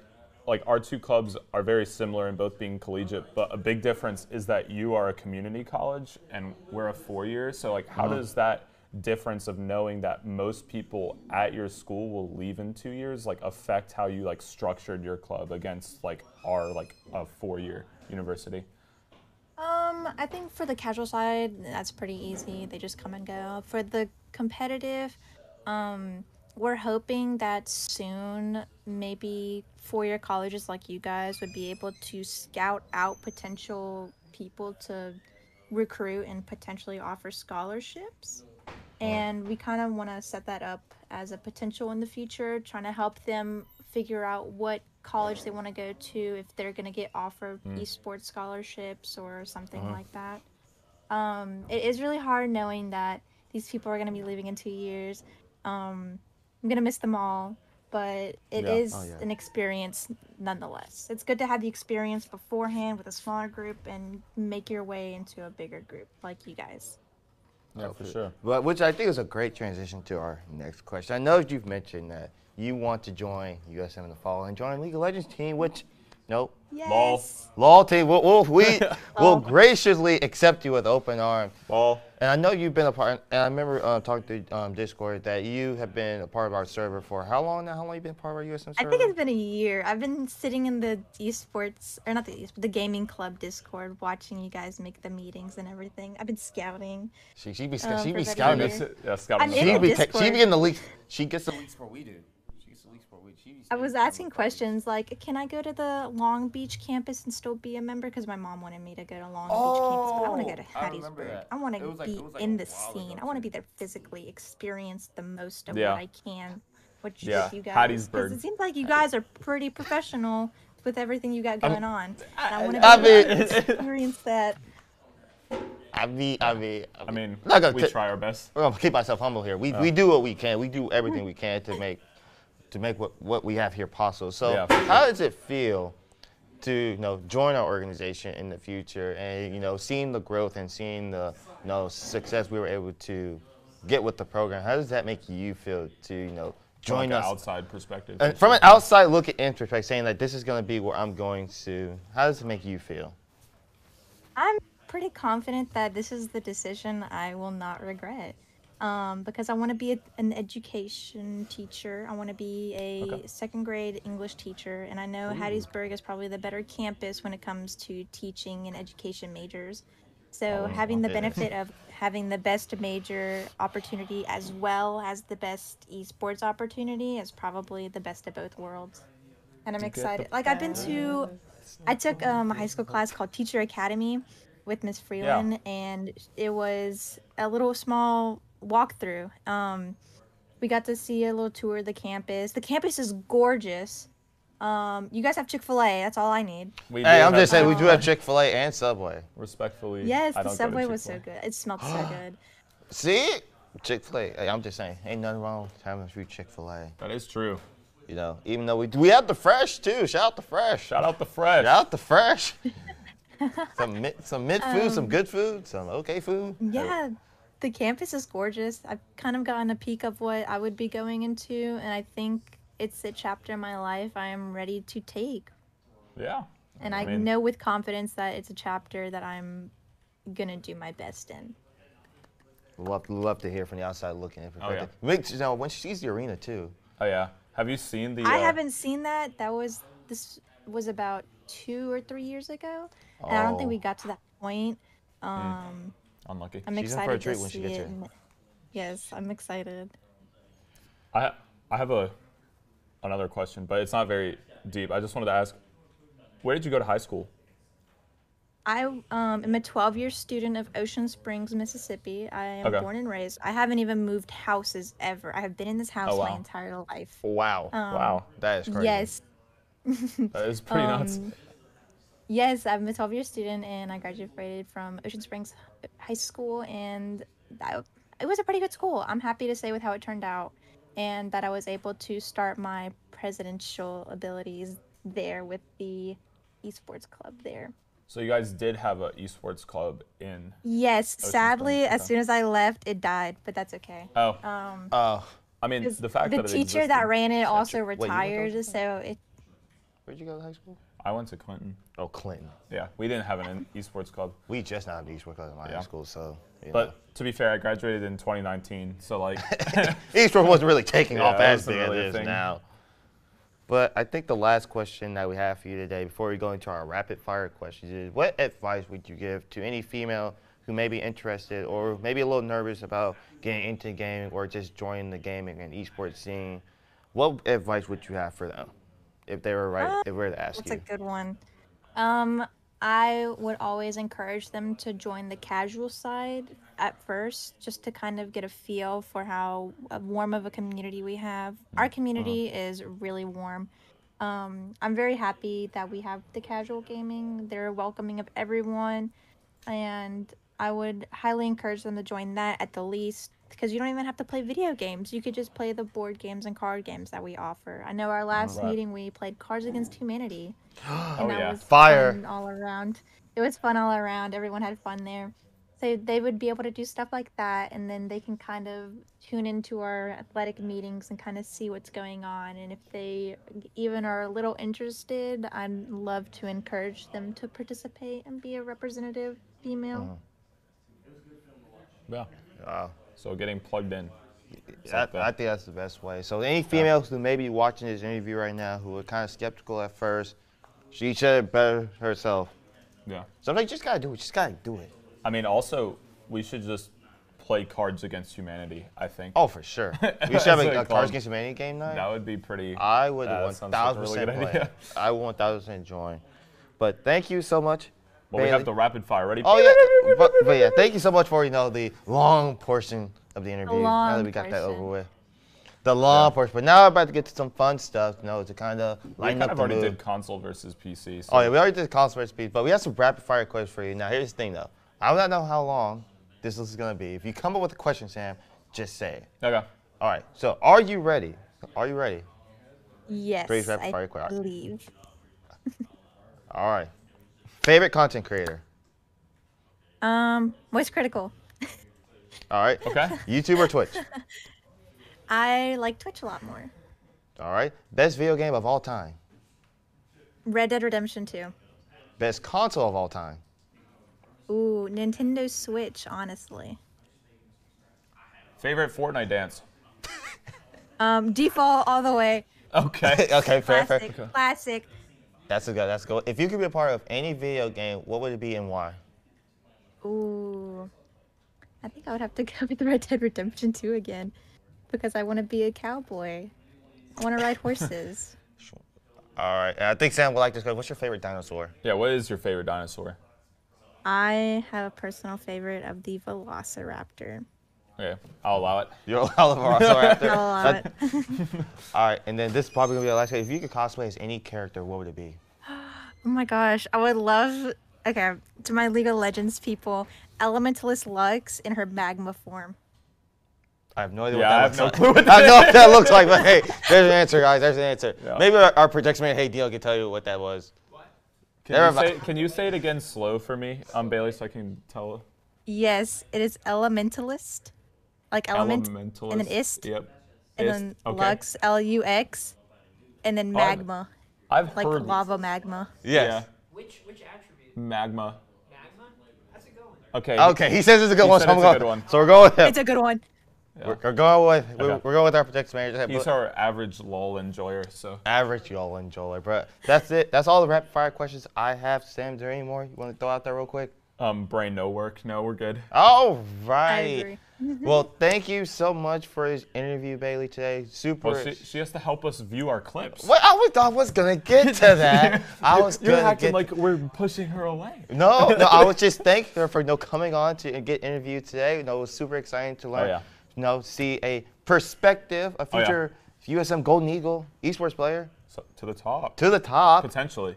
S2: like our two clubs are very similar in both being collegiate, but a big difference is that you are a community college and we're a four year. So like, how
S4: Mm-hmm.
S2: does that difference of knowing that most people at your school will leave in two years like affect how you like structured your club against like our like a four year university?
S4: Um, I think for the casual side, that's pretty easy. They just come and go. For the competitive, um, we're hoping that soon maybe four-year colleges like you guys would be able to scout out potential people to recruit and potentially offer scholarships. And we kind of want to set that up as a potential in the future, trying to help them figure out what college they want to go to, if they're going to get offered
S1: Hmm.
S4: esports scholarships or something
S1: Uh-huh.
S4: like that. Um, it is really hard knowing that these people are going to be leaving in two years. Um, I'm going to miss them all, but it is
S2: Yeah.
S1: Oh, yeah.
S4: an experience nonetheless. It's good to have the experience beforehand with a smaller group and make your way into a bigger group like you guys.
S2: Yeah, for sure.
S1: But which I think is a great transition to our next question. I know that you've mentioned that you want to join USM in the fall and join League of Legends team, which, nope,
S2: Lol.
S4: Yes.
S1: law team will, will,
S2: (laughs)
S1: we will
S4: Oh.
S1: graciously accept you with open arms.
S2: Ball.
S1: And I know you've been a part, and I remember uh, talking to um, Discord that you have been a part of our server for how long now? How long you been a part of our USM
S4: I
S1: server?
S4: think it's been a year. I've been sitting in the esports, or not the esports, the gaming club Discord, watching you guys make the meetings and everything. I've been scouting.
S1: she, she be, sc-
S4: um,
S1: she be
S4: for better
S1: scouting.
S4: year.
S1: us.
S2: Yeah, Scott
S4: I'm
S2: was
S4: in
S1: She
S4: the
S1: be,
S2: about-
S1: ta- she be
S4: Discord.
S1: getting the leaks. She gets the leaks for we do. She gets the leaks for we. She
S4: I was asking questions like, can I go to the Long Beach campus and still be a member? Because my mom wanted me to go to Long Beach campus, but I
S1: Oh, I
S4: want to
S1: remember
S4: go to Hattiesburg.
S1: that.
S4: I want
S1: It
S4: to
S1: was like-
S4: be
S1: it was like a
S4: in the
S1: while ago,
S4: scene. I want to
S1: too.
S4: be there physically, experience the most of
S2: Yeah.
S4: what I can. Which
S2: Yeah,
S4: with you guys, 'Cause
S2: Hattiesburg.
S4: it seems like you guys are pretty professional with everything you got going on. And I want
S1: I
S4: to be able
S1: mean-
S4: to
S2: (laughs)
S4: experience that.
S1: I mean, I mean,
S2: I mean,
S1: not gonna
S2: we
S1: ta-
S2: try our best.
S1: We're gonna keep myself humble here. We,
S2: Uh.
S1: we do what we can. We do
S2: Mm.
S1: everything we can to make to make what, what we have here possible. So
S2: Yeah, for
S1: how does it feel to you know join our organization in the future and you know seeing the growth and seeing the you know success we were able to get with the program? How does that make you feel to you know
S2: From like
S1: join
S2: an
S1: us
S2: outside perspective.
S1: and from an outside look at introspect, saying that this is gonna be where I'm going to? How does it make you feel?
S4: I'm pretty confident that this is the decision I will not regret. Um, because I want to be a, an education teacher. I want to be a
S2: Okay.
S4: second grade English teacher. And I know Hattiesburg is probably the better campus when it comes to teaching and education majors. So having the
S1: okay.
S4: benefit of having the best major opportunity as well as the best esports opportunity is probably the best of both worlds. and
S2: get
S4: I'm
S2: the
S4: excited. Like I've been to, I took um, a high school class called Teacher Academy with Miss Freeland, and it was a little small walkthrough. Um, we got to see a little tour of the campus. The campus is gorgeous. Um, you guys have Chick Fil A. That's all I need.
S2: We do
S1: Hey, I'm
S2: have
S1: just saying we do
S2: Chick-fil-A.
S1: have Chick Fil A and Subway.
S2: (laughs) Respectfully,
S4: Yes,
S2: I don't
S4: the
S2: go to
S4: subway was so
S2: Chick-fil-A.
S4: good. It
S2: (gasps)
S4: smelled so good.
S1: See, Chick Fil A. Hey, I'm just saying, ain't nothing wrong with having a few Chick Fil A.
S2: That is true.
S1: You know, even though we we have the fresh too. Shout out the fresh.
S2: Shout out the fresh.
S1: Shout out the fresh. some mid, some mid food, some good food, some okay food.
S4: Yeah, the campus is gorgeous. I've kind of gotten a peek of what I would be going into, and I think it's a chapter in my life I am ready to take.
S2: Yeah.
S4: And I,
S2: mean-
S4: know with confidence that it's a chapter that I'm gonna do my best in.
S1: Love, love to hear from the outside looking in.
S2: Oh, yeah.
S1: Make- You know, when she sees the arena too.
S2: Oh yeah. Have you seen the?
S4: I
S2: uh,
S4: haven't seen that. That was this was about two or three years ago, and I don't
S1: Oh.
S4: think we got to that point.
S2: Unlucky.
S4: I'm
S1: She's in for a
S4: excited
S1: treat
S4: to
S1: when she
S4: see
S1: gets
S4: it.
S1: here.
S4: and- Yes, I'm excited.
S2: I I have a another question, but it's not very deep. I just wanted to ask, where did you go to high school?
S4: I um, am a 12 year student of Ocean Springs, Mississippi. I am
S2: Okay.
S4: born and raised. I haven't even moved houses ever. I have been in this house
S2: Oh, wow.
S4: my entire life.
S1: Wow,
S4: Um,
S2: wow,
S1: that is crazy.
S4: Yes,
S2: that is pretty
S4: um,
S2: nuts.
S4: yes, I'm a 12 year student and I graduated from Ocean Springs High School. And that, it was a pretty good school. I'm happy to say with how it turned out and that I was able to start my presidential abilities there with the esports club there.
S2: So you guys did have a esports club in.
S4: Yes,
S2: Springs,
S4: sadly,
S2: okay.
S4: as soon as I left, it died, but that's okay.
S2: Oh,
S4: Um,
S1: Oh,
S2: I mean
S4: 'Cause
S2: the fact that it
S4: teacher
S2: existed,
S4: that ran it also
S1: Wait, you went to
S4: retired,
S1: Oakland?
S4: so it
S1: where'd you go to high school?
S2: I went to Clinton.
S1: Oh, Clinton.
S2: Yeah, we didn't
S1: (laughs)
S2: have an esports club.
S1: We just now have these workouts in my
S2: Yeah.
S1: high school, so. You know.
S2: But to be fair, I graduated in 2019, so like
S1: Eastwood wasn't really taking
S2: Yeah,
S1: off
S2: that
S1: as
S2: wasn't
S1: big as
S2: really a
S1: it is
S2: thing.
S1: now. But I think the last question that we have for you today, before we go into our rapid fire questions, is what advice would you give to any female who may be interested or maybe a little nervous about getting into gaming or just joining the gaming and esports scene? What advice would you have for them if they were right? if we were to ask
S4: that's
S1: you,
S4: a good one. Um, I would always encourage them to join the casual side at first, just to kind of get a feel for how uh, warm of a community we have. Our community is really warm. Um, I'm very happy that we have the casual gaming. They're welcoming of everyone, and I would highly encourage them to join that at the least because you don't even have to play video games. You could just play the board games and card games that we offer. I know our last
S2: Right.
S4: meeting we played Cards Against Humanity.
S2: oh
S4: and that
S2: yeah,
S4: was
S1: Fire.
S4: fun all around. It was fun all around. Everyone had fun there. So they would be able to do stuff like that, and then they can kind of tune into our athletic meetings and kind of see what's going on. And if they even are a little interested, I'd love to encourage them to participate and be a representative female.
S1: Mm.
S2: (laughs) yeah.
S1: Uh,
S2: So getting plugged in.
S1: I,
S2: like that.
S1: I think that's the best way. So any females who may be watching this interview right now who are kind of skeptical at first, she should better herself.
S2: Yeah.
S1: Sometimes you just gotta do it. Just gotta do it.
S2: I mean, also we should just play Cards Against Humanity. I think.
S1: Oh, for sure.
S2: (laughs)
S1: We should have
S2: That's what
S1: a, a
S2: it's called.
S1: Cards Against Humanity game night.
S2: That would be pretty.
S1: I would
S2: that
S1: one
S2: sounds
S1: thousand
S2: like a
S1: percent
S2: really good
S1: play.
S2: idea.
S1: (laughs) I would one thousand percent join. But thank you so much.
S2: Well, we have
S1: Bailey.
S2: the rapid fire. Ready? (laughs)
S1: Oh yeah, but, but yeah, thank you so much for you know the long portion of the interview. now that
S4: long
S1: we got that over
S4: portion.
S1: with. The long
S2: Yeah.
S1: portion, but now we're about to get to some fun stuff. You know, to kind of
S2: We
S1: lighten
S2: kind
S1: up
S2: of
S1: the
S2: already
S1: mood.
S2: did console versus PC. So
S1: Oh yeah, we already did concert speech, but we have some rapid fire questions for you. Now here's the thing though, I do not know how long this list is gonna be. If you come up with a question, Sam, just say it.
S2: Okay.
S1: All right. So are you ready? Are you ready?
S4: Yes,
S1: Raise rapid
S4: I
S1: fire quick.
S4: believe.
S1: All right. Favorite content creator.
S4: Um, voice critical.
S1: All right.
S2: Okay.
S1: (laughs) YouTube or
S2: (laughs)
S1: Twitch.
S4: I like Twitch a lot more.
S1: All right. Best video game of all time.
S4: Red Dead Redemption 2.
S1: Best console of all time. (laughs)
S4: Ooh, Nintendo Switch, honestly.
S2: Favorite Fortnite dance.
S4: Um, default all the way.
S1: (laughs)
S2: Okay.
S1: okay, fair, fair.
S4: Classic, classic.
S1: That's a good. That's good. If you could be a part of any video game, what would it be and why?
S4: Ooh. I think I would have to (laughs) go with Red Dead Redemption
S1: (laughs)
S4: 2 again because I want to be a cowboy. I want to ride horses.
S1: All right. And I think Sam would like this question. What's your favorite
S2: (laughs)
S1: dinosaur?
S2: Yeah, what is your favorite dinosaur?
S4: I have a personal favorite of the Velociraptor.
S2: Okay, I'll allow it.
S1: You're all of our after.
S4: I'll allow it.
S1: (laughs)
S4: (laughs)
S1: All right. And then this is probably gonna be the last. question. If you could cosplay as any character, what would it be?
S4: Oh my gosh, I would love. Okay, to my League of Legends people, Elementalist Lux in her magma form.
S1: I have no idea
S2: Yeah,
S1: what
S2: I have
S1: that
S2: no
S1: looks
S2: clue
S1: like. (laughs)
S2: what
S1: I know what that looks like, but hey, there's an answer, guys. There's an answer.
S2: Yeah.
S1: Maybe our, our projection man, Hey Deal, can tell you what that was.
S3: What?
S1: (laughs)
S2: Can you,
S1: Everybody-
S2: say, can you say it again slow for me, um, Bailey, so I can tell?
S4: Yes, it is Elementalist, like element,
S2: Elementalist.
S4: and then ist,
S2: Yep.
S4: and
S2: Ist,
S4: then
S2: okay.
S4: Lux, L U X, and then
S2: I've
S4: magma,
S2: I've
S4: like
S2: heard
S4: lava magma.
S1: Yes.
S3: Which which attribute?
S2: yeah, magma.
S3: Magma? That's a good one.
S2: Okay.
S1: Okay. He says it's a good
S2: He
S1: one.
S2: said
S1: so I'm
S2: it's a
S1: going-
S2: good one.
S1: So we're going with him.
S4: It's a good one.
S1: We're, we're going with we're,
S2: Okay.
S1: we're going with our projection manager.
S2: He's our average lol enjoyer, so
S1: average y'all enjoy, bro. That's it. That's all the rapid fire questions I have. Sam, is there any more you want to throw out there real quick?
S2: um, brain no work. No, we're good.
S1: All
S4: I
S1: right.
S4: agree. (laughs)
S1: well, thank you so much for his interview, Bailey, today. Super.
S2: Well, she, she has to help us view our clips.
S1: Well, I was, I was gonna get to
S2: (laughs)
S1: that. I was
S2: You're
S1: gonna
S2: acting
S1: get
S2: like we're pushing her away.
S1: No,
S2: (laughs)
S1: no, I was just thank her for you know, coming on to and get interviewed today. You know, it was super exciting to learn,
S2: Oh, yeah.
S1: you know, see a perspective, a
S2: Oh, yeah.
S1: future USM Golden Eagle esports player
S2: So, to the top,
S1: to the top.
S2: potentially.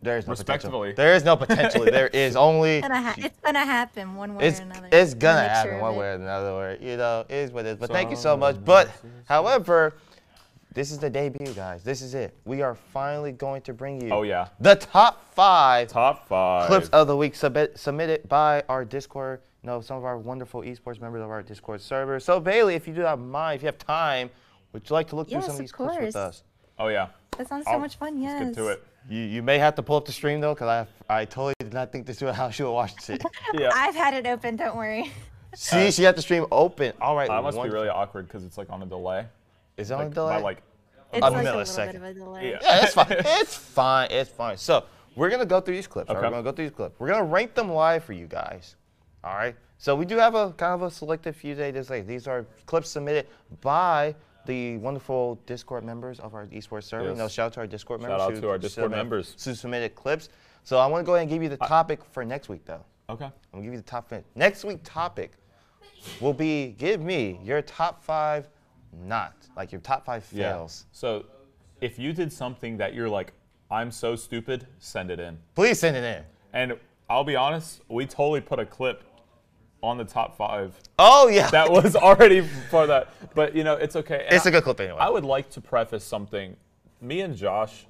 S1: There is no
S2: Respectfully.
S1: potential. There is no potentially.
S2: (laughs)
S1: there is only.
S4: Gonna ha- it's gonna happen one way
S1: It's,
S4: or another.
S1: it's
S4: I'm
S1: gonna
S4: make
S1: happen
S4: sure of
S1: one
S4: it.
S1: way or another. Or, you know, it is what it is. But thank you so
S2: Some
S1: much. But however, this is the debut, guys. This is it. We are finally going to bring you
S2: Oh yeah.
S1: the top five
S2: Top five.
S1: clips of the week submit, submitted by our Discord. You know, some of our wonderful esports members of our Discord server. So Bailey, if you do not mind, if you have time, would you like to look through
S4: Yes,
S1: some of
S4: of
S1: these clips with
S4: course.
S1: us?
S2: Oh yeah.
S4: That sounds so
S2: I'll-
S4: much fun. Yes.
S2: Let's get to it.
S1: You, you may have to pull up the stream though, because I I totally did not think this through how she would watch
S4: (laughs)
S1: it.
S2: Yeah.
S4: I've had it open.
S1: (laughs)
S4: Don't worry.
S1: See, she had the stream open. All right,
S2: That must be
S1: wonderful.
S2: really awkward because it's like on a delay.
S1: Is it on
S2: Like,
S1: the delay?
S2: By like
S4: It's like a little
S1: millisecond.
S4: bit of a delay.
S2: Yeah.
S1: Yeah, it's
S2: (laughs)
S1: fine. it's fine. It's fine. So we're gonna go through these clips. All right?
S2: Okay.
S1: We're gonna go through these clips. We're gonna rank them live for you guys. All right. So we do have a kind of a selective few day display. These are clips submitted by the wonderful Discord members of our esports server. You
S2: Yes.
S1: know, shout out to our Discord
S2: Shout
S1: members.
S2: out
S1: who
S2: to our Discord
S1: submit-
S2: members.
S1: Who submitted clips. So I want to go ahead and give you the topic for next week, though.
S2: okay.
S1: I'm gonna give you the top five. Next week topic will be give me your top five not like your top five
S2: Yeah.
S1: fails.
S2: So if you did something that you're like, I'm so stupid, send it in.
S1: Please send it in.
S2: And I'll be honest, we totally put a clip on the top five
S1: Oh yeah.
S2: that was (laughs) already for that. But you know, it's okay. And
S1: it's
S2: I-
S1: a good clip anyway.
S2: I would like to preface something. Me and Josh,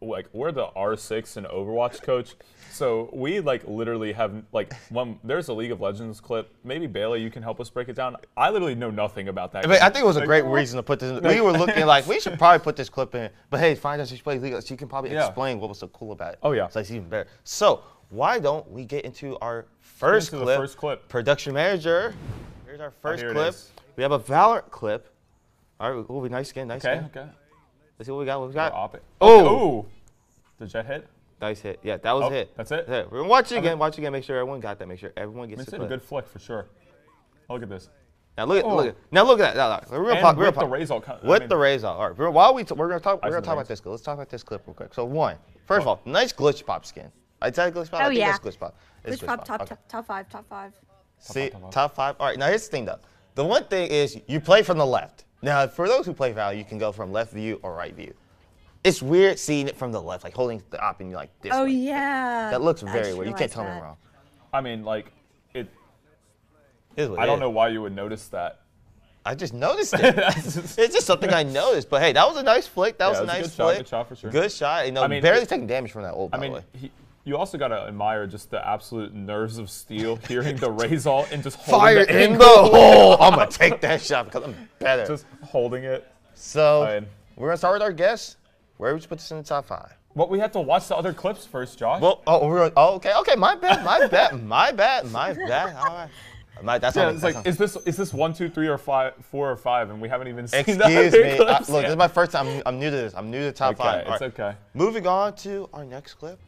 S2: like we're the R6 and Overwatch coach, so we like literally have like one. There's a League of Legends clip. Maybe Bailey, you can help us break it down. I literally know nothing about that.
S1: But
S2: game.
S1: I think it was a great reason to put this. In. We were looking like we should probably put this clip in. But hey, find out she plays League. of- She can probably
S2: Yeah.
S1: explain what was so cool about it.
S2: Oh, yeah.
S1: so it's even better. So why don't we get into our first
S2: into the
S1: clip?
S2: first clip. Oh,
S1: Production manager. Here's our first
S2: here it
S1: clip.
S2: is.
S1: We have a Valorant clip. All right. Ooh, nice skin. Nice
S2: Okay.
S1: skin.
S2: Okay.
S1: Let's see what we got. What we got?
S2: Op it.
S1: Uh, Oh.
S2: Okay. Ooh. Did that hit?
S1: Nice hit. Yeah, that was
S2: Oh,
S1: a hit.
S2: that's it?
S1: We're gonna watch it again. Watch it again. Make sure everyone got that. Make sure everyone gets
S2: It's
S1: the
S2: a
S1: clip.
S2: good flick for sure. Oh, Look at this.
S1: Now look at
S2: Oh.
S1: look at now look at that. Now, look. We're gonna
S2: And
S1: pop. We're
S2: with
S1: gonna
S2: the
S1: pop.
S2: raise all kind.
S1: With the raise all. All right. we're- While we t- we're gonna talk, we're
S2: Eyes
S1: gonna
S2: on the
S1: talk about
S2: raise.
S1: this clip. Let's talk about this clip real quick. So one,
S2: Oh.
S1: first of all, nice glitch pop skin. Is that a glitch pop? I
S4: Oh,
S1: think
S4: yeah.
S1: that's glitch pop. It's
S4: Which pop top,
S1: Okay.
S4: top top five top five.
S1: See,
S2: top,
S1: top
S2: top,
S1: five,
S2: top.
S1: All right. Now here's the thing though. The one thing is you play from the left. Now for those who play Val, you can go from left view or right view. It's weird seeing it from the left, like holding the op and you're like this.
S4: Oh
S1: way.
S4: yeah.
S1: That looks
S4: I
S1: very
S4: just
S1: weird. You can't
S4: realized
S1: tell me
S4: that.
S1: wrong.
S2: I mean, like, it.
S1: It is what
S2: I
S1: it
S2: don't
S1: is.
S2: know why you would notice that.
S1: I just
S2: (laughs)
S1: noticed it. it's just something I noticed. But hey, that was a nice flick. That was
S2: it
S1: a
S2: was a
S1: nice
S2: good shot,
S1: flick.
S2: good shot for sure.
S1: Good shot. You know,
S2: I mean,
S1: barely
S2: it-
S1: taking damage from that old. By
S2: I mean,
S1: the
S2: (laughs)
S1: way.
S2: he, you also gotta admire just the absolute nerves
S1: (laughs)
S2: of steel, hearing the raise all and just holding
S1: fire
S2: the (laughs)
S1: in the
S2: angle.
S1: hole. I'm gonna take that (laughs) shot because I'm better.
S2: just holding it.
S1: so
S2: fine.
S1: we're gonna start with our guess. Where would you put this in the top five?
S2: But we have to watch the other clips first, Josh.
S1: Well, oh, we're gonna, oh, okay, okay. My bad, my (laughs) bad, my bad, my bad. All right, my, that's
S2: yeah,
S1: on me,
S2: it's
S1: that's
S2: like,
S1: on me.
S2: is this is this one, two, three, or five, four, or five, and we haven't even seen (laughs) the other
S1: Excuse me. I-
S2: clips.
S1: look,
S2: yet.
S1: this is my first time. I'm, I'm new to this. I'm new to top
S2: Okay,
S1: five. All
S2: it's
S1: right.
S2: okay.
S1: Moving on to our next clip.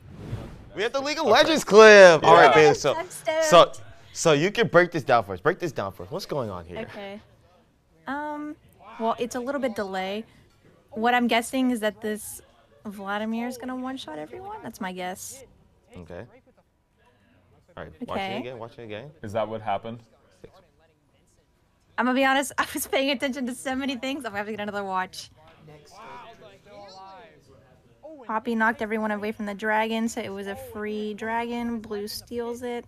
S1: We have the League of Legends clip. All right,
S2: Yeah.
S1: baby. So,
S4: I'm stoked.
S1: so, so you can break this down for us. Break this down for us. What's going on here?
S4: Okay. Um. Well, it's a little bit delay. What I'm guessing is that this Vladimir's gonna one shot everyone. That's my guess.
S1: Okay. All right. Watch it
S4: Okay.
S1: again. Watch it again.
S2: Is that what happened?
S1: Six.
S4: I'm gonna be honest. (laughs) I was paying attention to so many things. I'm gonna have to get another watch. Poppy knocked everyone away from the dragon, so it was a free dragon. Blue steals it,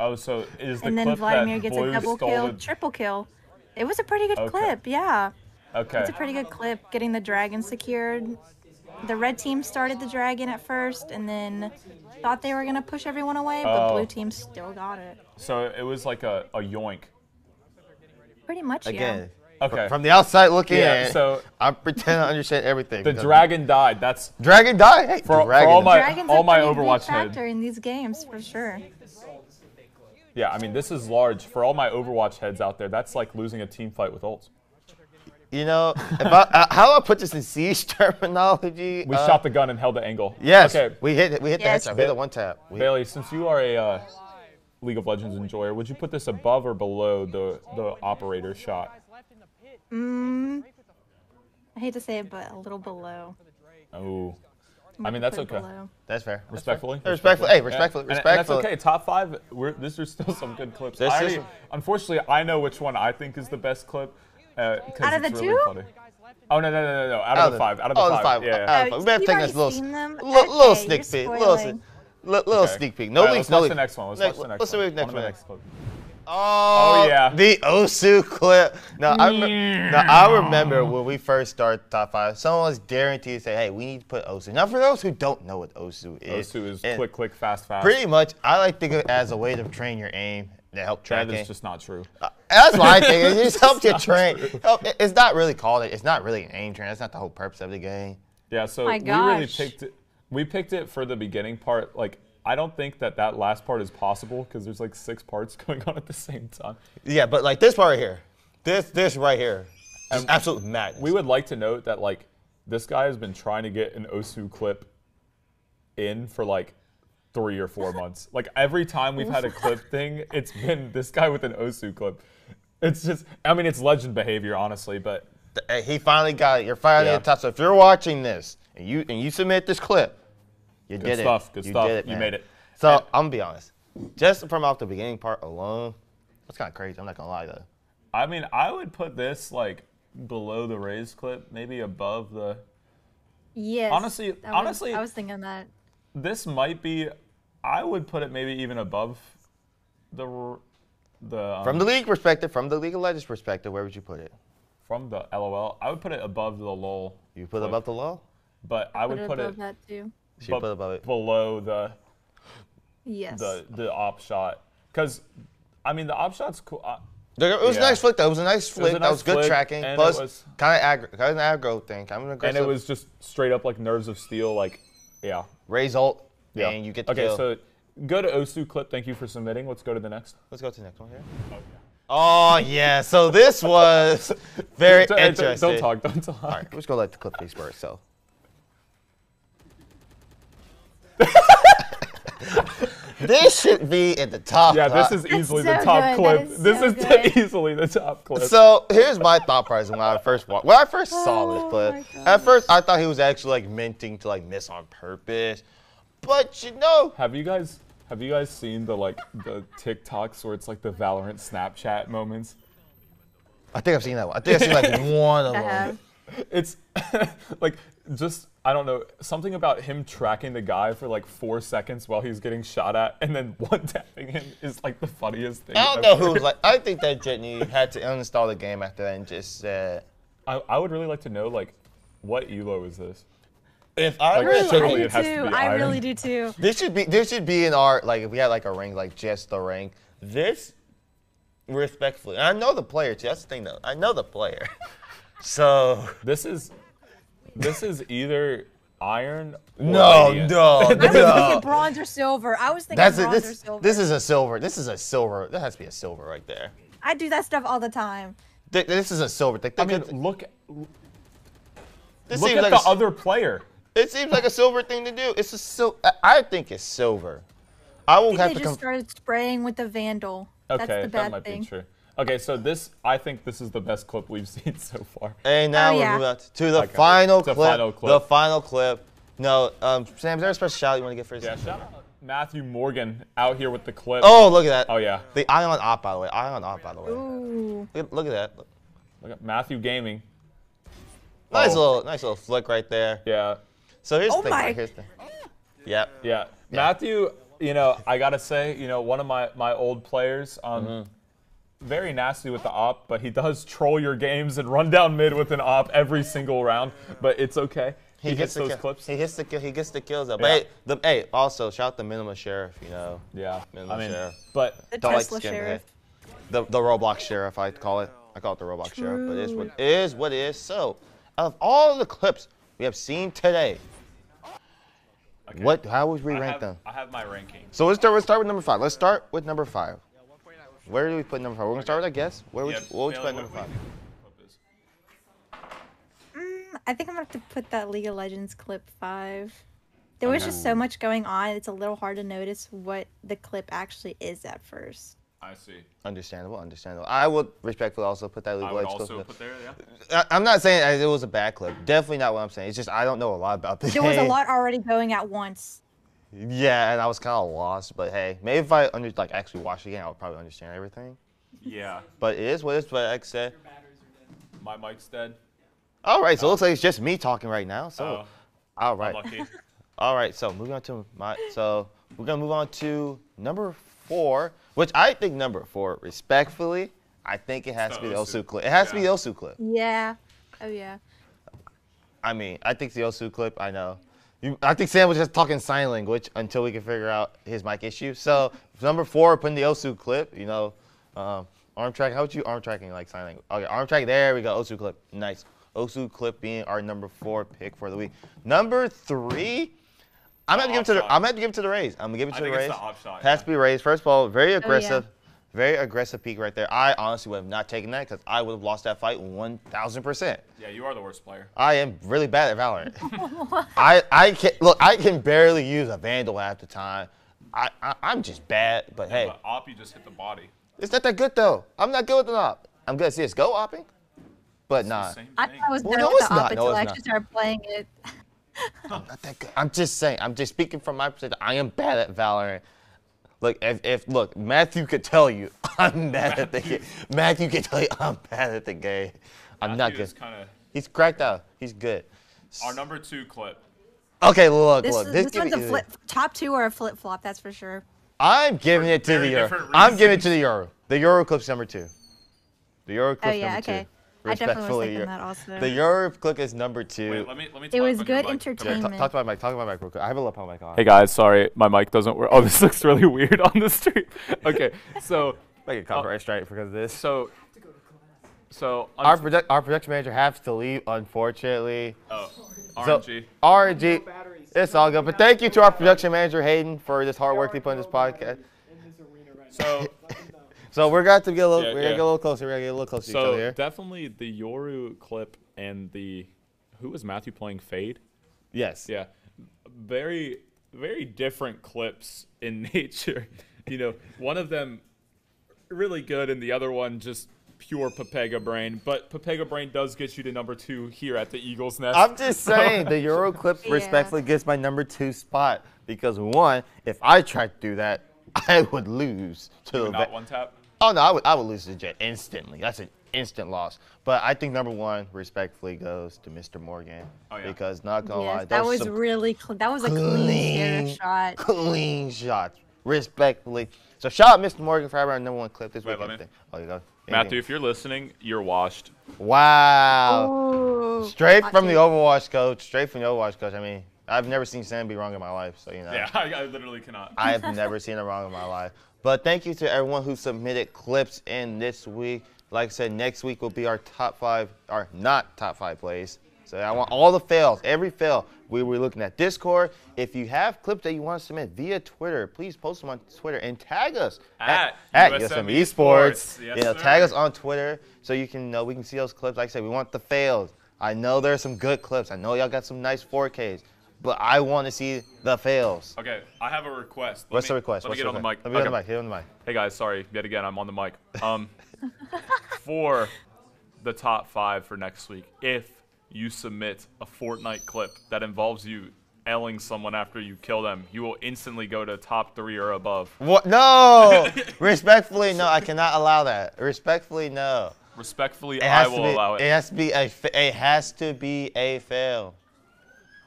S2: Oh, so is the
S4: and then
S2: clip
S4: Vladimir
S2: that
S4: gets
S2: Blue
S4: a double
S2: stole
S4: kill,
S2: the-
S4: triple kill. It was a pretty good
S2: Okay.
S4: clip, yeah.
S2: Okay.
S4: It's a pretty good clip getting the dragon secured. The red team started the dragon at first and then thought they were going to push everyone away, but
S2: Oh.
S4: blue team still got it.
S2: So it was like a, a yoink.
S4: Pretty much, yeah.
S1: Again. Fr-
S2: Okay.
S1: From the outside looking
S2: Yeah,
S1: in,
S2: so-
S1: I pretend I understand everything.
S2: the
S1: because-
S2: dragon died. That's
S1: Dragon die. Hey,
S2: For- for
S1: dragon
S2: all
S1: is-
S2: my-
S4: Dragons
S2: all
S4: are
S2: my
S4: pretty big
S2: Overwatch head.
S4: factor in these games for sure.
S2: yeah. I mean, this is large for all my Overwatch heads out there. That's like losing a team fight with ults.
S1: You know, if I, uh, how do I put this in siege (laughs) terminology?
S2: We
S1: Uh,
S2: shot the gun and held the angle.
S1: Yes.
S2: Okay.
S1: We hit. it- We hit
S4: Yes.
S1: the headshot. We hit the one tap. We,
S2: Bailey, since you are a uh, League of Legends enjoyer, would you put this above or below the the operator shot?
S4: Mm, I hate to say it, but a little below.
S2: Oh,
S4: I'm
S2: I mean,
S4: gonna
S2: that's
S4: put it
S2: okay.
S4: below.
S1: That's fair. That's fair.
S2: respectfully.
S1: Hey, respectfully. Hey,
S2: Yeah.
S1: respectfully.
S2: And- and
S1: Respectfully.
S2: that's okay. Top five. We're, this are still some good clips.
S1: This
S2: I
S1: is-
S2: already- unfortunately, I know which one I think is the best clip. Uh, 'cause
S4: Out of
S2: it's
S4: the
S2: really
S4: two?
S2: funny. Oh no no no no no! Out, of the five. Out of the
S1: oh,
S2: five. Yeah.
S1: uh,
S2: yeah.
S1: out of
S4: Oh,
S1: the five. We have
S4: you've
S1: taken
S4: already
S1: this little,
S4: seen them?
S1: li- little
S4: Okay,
S1: sneak
S4: you're
S1: peek. Little, sneak-
S4: spoiling.
S1: li- little
S2: Okay.
S1: Ah, sneak peek. No
S2: All right,
S1: leaks.
S2: let's
S1: no
S2: watch
S1: leaks.
S2: the next one. Let's
S1: Next-
S2: watch the next
S1: let's
S2: one.
S1: do the next
S2: on to the
S1: one.
S2: next clip.
S1: Oh,
S2: Oh, yeah. Mm.
S1: The Osu clip. Now I, rem- now, I remember when we first started Top 5, someone was guaranteed to say, hey, we need to put Osu. Now, for those who don't know what Osu is,
S2: Those two is
S1: and
S2: click click fast fast.
S1: Pretty much, I like think of it as a way to train your aim to help track
S2: that
S1: aim.
S2: is just not true.
S1: Uh, That's what I think.
S2: (laughs)
S1: It just helps you train. Help- it- It's not really called it. It's not really an aim train. That's not the whole purpose of the game.
S2: Yeah, so
S4: My
S2: we really
S4: gosh.
S2: picked it. We picked it for the beginning part. Like, I don't think that that last part is possible because there's like six parts (laughs) going on at the same time.
S1: Yeah, but like this part right here, this this right here, is absolute madness.
S2: We would like to note that like this guy has been trying to get an Osu clip in for like three or four
S4: (laughs)
S2: months. Like every time we've had a clip thing, it's been this guy with an Osu clip. It's just, I mean, it's legend behavior, honestly. But
S1: Th- he finally got it. You're finally
S2: Yeah.
S1: at the top. So if you're watching this and you and you submit this clip, you
S2: good
S1: did
S2: stuff.
S1: it.
S2: Good
S1: you
S2: stuff.
S1: Did it,
S2: you
S1: man.
S2: made it.
S1: So I'm gonna be honest. Just from off the beginning part alone, that's kind of crazy. I'm not gonna lie though.
S2: I mean, I would put this like below the raise clip, maybe above the
S4: Yes.
S2: Honestly-
S4: I was-
S2: honestly-
S4: I was thinking that.
S2: this might be i would put it maybe even above the r- the um,
S1: From the league perspective, from the League of Legends perspective, where would you put it?
S2: from the lol i would put it above the lol
S1: You put it
S2: clip,
S1: above the low.
S2: but i would put
S4: above
S2: it,
S4: that too.
S1: She put
S2: bu-
S1: it above it.
S2: below the
S4: Yes.
S2: the the op shot because i mean the op shot's cool uh, I,
S1: There- It was a
S2: Yeah.
S1: nice flick though. It was a nice flick. that
S2: nice
S1: was good
S2: flick,
S1: tracking.
S2: and it
S1: Plus,
S2: was-
S1: kind of aggro, kind of aggro thing. Kind of
S2: and
S1: aggressive.
S2: it was just straight up like nerves of steel like yeah
S1: raise ult,
S2: yeah
S1: and you get the
S2: okay
S1: kill.
S2: so go to osu clip thank you for submitting let's go to the next
S1: Let's go to the next one here. Oh yeah. So this was very
S2: (laughs) Don't- don't-
S1: interesting.
S2: don't talk don't talk
S1: All right, let's go let the clip speak for itself. this should be at the top.
S2: yeah this
S1: huh?
S2: is easily the
S4: so
S2: top
S4: good. That
S2: clip
S4: is
S2: this
S4: so
S2: is (laughs)
S4: good.
S2: easily the top clip
S1: So here's my thought process when I first wa- when I first saw this
S4: Oh
S1: clip.
S4: my
S1: At first, I thought he was actually like minting to like miss on purpose, but you know,
S2: Have you guys have you guys seen the like the TikToks where it's like the Valorant Snapchat moments?
S1: I think I've seen that one. I think I've seen like (laughs) one of
S4: I
S1: them.
S4: have.
S2: It's (laughs) like just I don't know something about him tracking the guy for like four seconds while he's getting shot at and then (laughs) one tapping him is like the funniest thing.
S1: I don't know
S2: ever.
S1: who was like. I think that Jitney had to uninstall the game after that and just said,
S2: I, I would really like to know like what elo is this?
S1: "If I
S2: Like,
S1: were to
S2: so-
S4: I
S2: Totally,
S4: do
S2: it has to
S4: too.
S2: be
S4: I
S2: iron.
S4: really
S2: (laughs)
S4: do too.
S1: This should be this should be in our like if we had like a rank like just the rank. This respectfully, and I know the player too. That's the thing though. I know the player. (laughs) so
S2: This is this is either Iron. Or
S1: no,
S2: Radiant.
S1: no,
S2: (laughs)
S4: I was
S1: no.
S4: thinking bronze or silver. I was thinking
S1: That's it.
S4: bronze or
S1: This
S4: silver.
S1: this is a silver. This is a silver. That has to be a silver right there.
S4: I do that stuff all the time.
S1: Th- this is a silver. Th-
S2: I
S1: th-
S2: mean,
S1: th-
S2: look
S1: this
S2: look
S1: seems
S2: at
S1: like
S2: the
S1: a, s-
S2: other player.
S1: it seems like a silver thing to do. It's a sil. I, I think it's silver. I will
S4: I
S1: have
S4: think
S1: to
S4: they just
S1: confirm.
S4: started spraying with the vandal.
S2: Okay,
S4: That's
S2: that
S4: the bad
S2: might
S4: thing.
S2: be true. Okay, so this I think this is the best clip we've (laughs) seen so far.
S1: And now
S4: Oh,
S1: we're
S4: yeah.
S1: moving on to the
S2: Okay.
S1: final
S2: The
S1: clip.
S2: final clip.
S1: The final clip. No, um, Sam, is there a special shout you want to get first?
S2: Yeah, shout out Matthew Morgan out here with the clip.
S1: Oh, look at that.
S2: Oh, yeah.
S1: The eye on op, by the way. Eye on op, by the way.
S4: Ooh.
S1: Look, at- look at that.
S2: Look at Matthew Gaming.
S1: Nice
S2: Oh.
S1: little, nice little flick right there.
S2: Yeah,
S1: So here's the
S4: Oh
S1: thing.
S4: my.
S1: Right? Here's the. Yep.
S2: yeah. Matthew, you know, I gotta say, you know, one of my my old players. Um, Very nasty with the op, but he does troll your games and run down mid with an op every single round. But it's okay. He, gets,
S1: the
S2: those
S1: kill-
S2: clips.
S1: He hits the kill. He gets the kills though.
S2: Yeah.
S1: But hey, the, hey, also shout out the minimal sheriff. You know,
S2: yeah,
S1: Minimal
S2: I mean,
S1: sheriff.
S2: but
S4: The
S1: Don't like
S4: Tesla
S1: skin
S4: sheriff.
S1: the the Roblox sheriff. I call it. I call it the Roblox sheriff. But it's what
S4: True.
S1: it is what it is. So, of all the clips we have seen today,
S2: Okay.
S1: what? How would we
S2: I
S1: rank
S2: have,
S1: them?
S2: I have my ranking.
S1: So let's start. Let's start with number five. Let's start with number five. Where do we put number five? We're gonna start with our guess. Where would
S2: Yeah,
S1: you, what would you
S2: Bailey,
S1: put number
S2: what
S1: five?
S2: do you think the clip is?
S4: I think I'm gonna have to put that League of Legends clip five. There was just so much going on, it's a little hard to notice what the clip actually is at first.
S2: I see.
S1: Understandable, understandable. I would respectfully also put that
S2: I
S1: legal
S2: would
S1: edge
S2: also
S1: clip.
S2: put there. Yeah.
S1: I, I'm not saying as it was a bad clip. Definitely not what I'm saying. It's just I don't know a lot about the
S4: There was a
S1: game.
S4: lot already going at once.
S1: (laughs) Yeah, and I was kind of lost. But hey, maybe if I under, like actually watched the game, I would probably understand everything.
S2: Yeah.
S1: But it is what it is. But like I said,
S2: My mic's dead.
S1: all right. So it looks like it's just me talking right now. So
S2: Oh,
S1: all right. (laughs)
S2: lucky.
S1: All right, so moving on to my, so we're gonna move on to number four, which I think number four, respectfully, I think it has
S2: It's
S1: to be the
S2: the
S1: Osu
S2: Osu.
S1: clip. It has to be the
S2: Yeah.
S1: Osu clip.
S4: Yeah. Oh yeah.
S1: I mean, I think the Osu clip. I know. You, I think Sam was just talking sign language until we could figure out his mic issue. So (laughs) number four, putting the Osu clip. You know, um, arm track. How would you arm tracking like sign language? Okay, arm track. There we go. Osu clip. Nice. Osu clip being our number four pick for the week. Number three. I'm gonna give it to the.
S2: Offside.
S1: I'm gonna give it to the Rays. I'm gonna give it
S2: I
S1: to the
S2: think it's
S1: Rays.
S2: the offside.
S1: Has
S2: yeah.
S1: to be Rays. First of all, very aggressive, very aggressive peak right there. I honestly would have not taken that because I would have lost that fight 1,000 percent.
S2: Yeah, you are the worst player.
S1: I am really bad at Valorant. I, I can look. I can barely use a Vandal half the time. I, I I'm just bad. But hey,
S2: But op, you just hit the body.
S1: it's not that good though. I'm not good with an op. I'm good at CS:GO opping, but
S2: It's the
S1: not.
S2: same thing.
S4: I thought I was
S1: Well,
S4: better
S1: no,
S4: with
S1: it's
S4: the
S1: not.
S4: op
S1: No,
S4: until I
S1: it's not.
S4: actually started playing it.
S1: not that good. I'm just saying. I'm just speaking from my perspective. I am bad at Valorant. Look, if, if look, Matthew could tell you (laughs) I'm bad at the game. Matthew could tell you I'm bad at the game. I'm not
S2: Matthew
S1: good.
S2: is kinda,
S1: He's cracked out. He's good.
S2: our number two clip.
S1: Okay, look,
S4: This
S1: look.
S4: is-
S1: this
S4: this
S1: give
S4: one's
S1: me-
S4: a flip top two are a flip flop, that's for sure.
S1: I'm giving
S2: For
S1: it to the
S2: very
S1: Euro.
S2: different
S1: I'm giving it to the Euro. The Euro clip's number two. The Euro
S4: Oh
S1: clip's
S4: yeah,
S1: number
S4: okay.
S1: two.
S4: I definitely was
S1: Respectfully,
S4: thinking
S1: Euro-
S4: that also.
S1: The Euro clip is number two.
S2: Wait, let me let me.
S4: It
S2: talk
S4: was
S2: on your
S4: good
S2: mic.
S1: yeah,
S4: entertainment.
S1: ta- talk about my mic. Talk about my mic real quick. I have a lapel mic on.
S2: Hey guys, sorry, my mic doesn't work. Oh, (laughs) this looks really weird on the stream. (laughs) Okay, so
S1: I get copyright strike because of this.
S2: Oh. so so
S1: Our, product, our production manager has to leave, unfortunately.
S2: oh,
S1: So,
S2: RNG.
S1: RNG.
S3: batteries.
S1: It's all good. But thank you to our production manager, Hayden, for this hard work he put in this podcast. (laughs)
S2: So
S1: So we're going to get a little,
S2: Yeah,
S1: we're gonna
S2: yeah.
S1: get a little closer. We're going to get a little closer to each
S2: so
S1: other here.
S2: definitely the Yoru clip and the who was Matthew playing Fade?
S1: yes.
S2: Yeah. Very, very different clips in (laughs) nature. You know, one of them really good and the other one just pure Papega brain. But Papega brain does get you to number two here at the Eagles Nest.
S1: I'm
S4: (laughs)
S1: just
S2: So-
S1: saying the Euro clip
S4: Yeah.
S1: respectfully gets my number two spot because one, if I tried to do that, (laughs) I would lose to the
S2: Not
S1: Ve-
S2: one tap.
S1: Oh no, I would I would lose to the Jet instantly. That's an instant loss. But I think number one respectfully goes to Mr. Morgan
S2: Oh, yeah.
S1: because not gonna lie,
S4: Yes, that
S1: those
S4: was
S1: some
S4: really cl- that was a clean sheriff
S1: (laughs)
S4: shot.
S1: clean shots respectfully. So shout out Mr. Morgan for having our number one clip this
S2: Wait,
S1: week.
S2: let me-
S1: Oh, you go. Yeah,
S2: Matthew, if you're listening, you're washed.
S1: yeah. Wow.
S4: Ooh,
S1: Straight from the
S4: Oh, Matthew.
S1: Overwatch coach. Straight from the Overwatch coach. I mean, I've never seen Sam be wrong in my life, so you know.
S2: Yeah, (laughs) I, I literally cannot.
S1: I have never seen a wrong in my life. But thank you to everyone who submitted clips in this week. Like I said, next week will be our top five, our not top five plays. So I want all the fails, every fail. We were looking at Discord. If you have clips that you want to submit via Twitter, please post them on Twitter and tag us
S2: At
S1: at,
S2: USM
S1: USM Esports.
S2: Esports. E Yes,
S1: E you know,
S2: sir.
S1: tag us on Twitter so you can know we can see those clips. Like I said, we want the fails. I know there are some good clips. I know y'all got some nice 4Ks, but I want to see the fails.
S2: Okay, I have a request. Let
S1: What's
S2: me-
S1: the request?
S2: Let
S1: What's
S2: me get
S1: the
S2: on the mic.
S1: request? Let me get on the mic.
S2: Okay.
S1: Get on the mic.
S2: Hey guys, sorry, yet again, I'm on the mic. Um, for the top five for next week if you submit a Fortnite clip that involves you L'ing someone after you kill them. You will instantly go to top three or above.
S1: What?
S2: (laughs)
S1: No. Respectfully, no. I cannot allow that. Respectfully, no.
S2: Respectfully,
S1: It
S2: I
S1: has to
S2: will
S1: be.
S2: allow it.
S1: has to be a. f- It has to be a fail.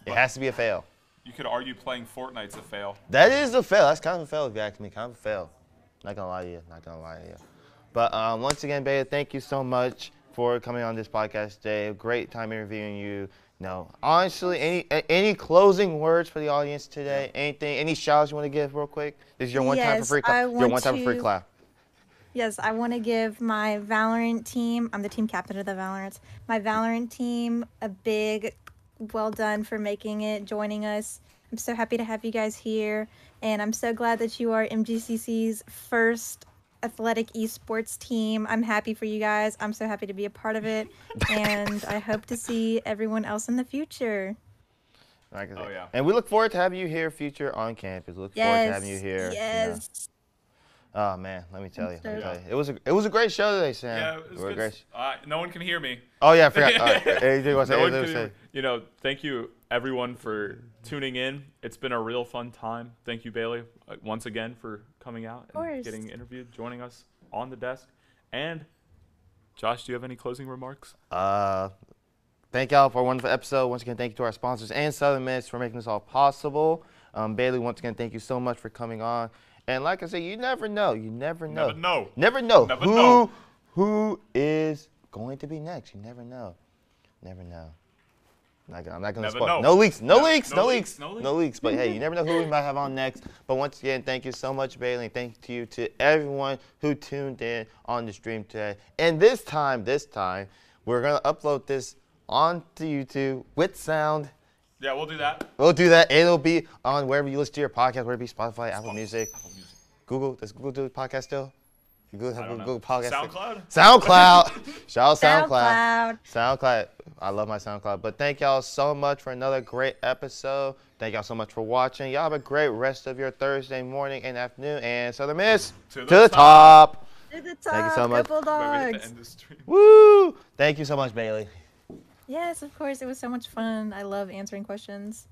S1: It has to be a fail.
S2: You could argue playing Fortnite's a fail.
S1: That is a fail. That's kind of a fail if you ask me. Kind of a fail. Not gonna lie to you. Not gonna lie to you. But um, once again, Beta, thank you so much for coming on this podcast today. Great time interviewing you. No, honestly, any a- any closing words for the audience today? Anything? Any shouts you want to give real quick? This is your one time for
S4: Yes,
S1: free
S4: I
S1: clap. Your
S4: want
S1: one time for free
S4: to-
S1: clap.
S4: Yes, I want to give my Valorant team, I'm the team captain of the Valorants, my Valorant team a big well done for making it, joining us. I'm so happy to have you guys here, and I'm so glad that you are MGCC's first athletic esports team. I'm happy for you guys. I'm so happy to be a part
S1: (laughs)
S4: of it, and I hope to see everyone else in the future.
S1: Like I
S2: Oh,
S1: said.
S2: yeah.
S1: And we look forward to having you here, future on campus. Look forward to
S4: Yes.
S1: having you here. you know.
S4: Yes.
S1: Oh man, let me tell you. Let me
S4: stoked.
S1: tell you. It was a it was a great show today, Sam. We're great sh-
S2: Uh, no one can hear me.
S1: Oh yeah, I forgot. All
S2: (laughs)
S1: right. Anything you wanna say?
S2: No
S1: Anything you
S2: one can
S1: wanna
S2: hear
S1: say?
S2: me. You know, thank you everyone for tuning in. It's been a real fun time. Thank you, Bailey, uh, once again for coming out and
S4: course.
S2: getting interviewed, joining us on the desk. And Josh, do you have any closing remarks?
S1: Uh, thank y'all for a wonderful episode. Once again, thank you to our sponsors and Southern Miss for making this all possible. Um, Bailey, once again, thank you so much for coming on. And like I said, you never know. You never know.
S2: Never know.
S1: Never know.
S2: Never
S1: who,
S2: know.
S1: Who is going to be next? You never know. Never know. Not gonna- I'm not going to
S2: Never
S1: spoil. No
S2: know.
S1: leaks. No,
S2: No-
S1: leaks.
S2: no
S1: No
S2: leaks,
S1: leaks.
S2: no leaks.
S1: No leaks. But hey, you never know who we might have on next. But once again, thank you so much, Bailey. and Thank you to everyone who tuned in on the stream today. And this time, this time, we're going to upload this onto YouTube with sound.
S2: Yeah, we'll do that.
S1: We'll do that. and It'll be on wherever you listen to your podcast, whether it be Spotify, Apple Music, Google. Does Google do podcast still? Google,
S2: don't know.
S1: Google podcast. still?
S2: SoundCloud? (laughs)
S1: SoundCloud. Shout out SoundCloud.
S4: SoundCloud.
S1: SoundCloud. I love my SoundCloud. But thank y'all so much for another great episode. Thank y'all so much for watching. Y'all have a great rest of your Thursday morning and afternoon. And Southern Miss
S2: To the
S1: top.
S4: To the
S1: you so
S4: top,
S1: much.
S4: Go Bulldogs.
S1: Woo! Thank you so much, Bailey.
S4: Yes, of course. It was so much fun. I love answering questions.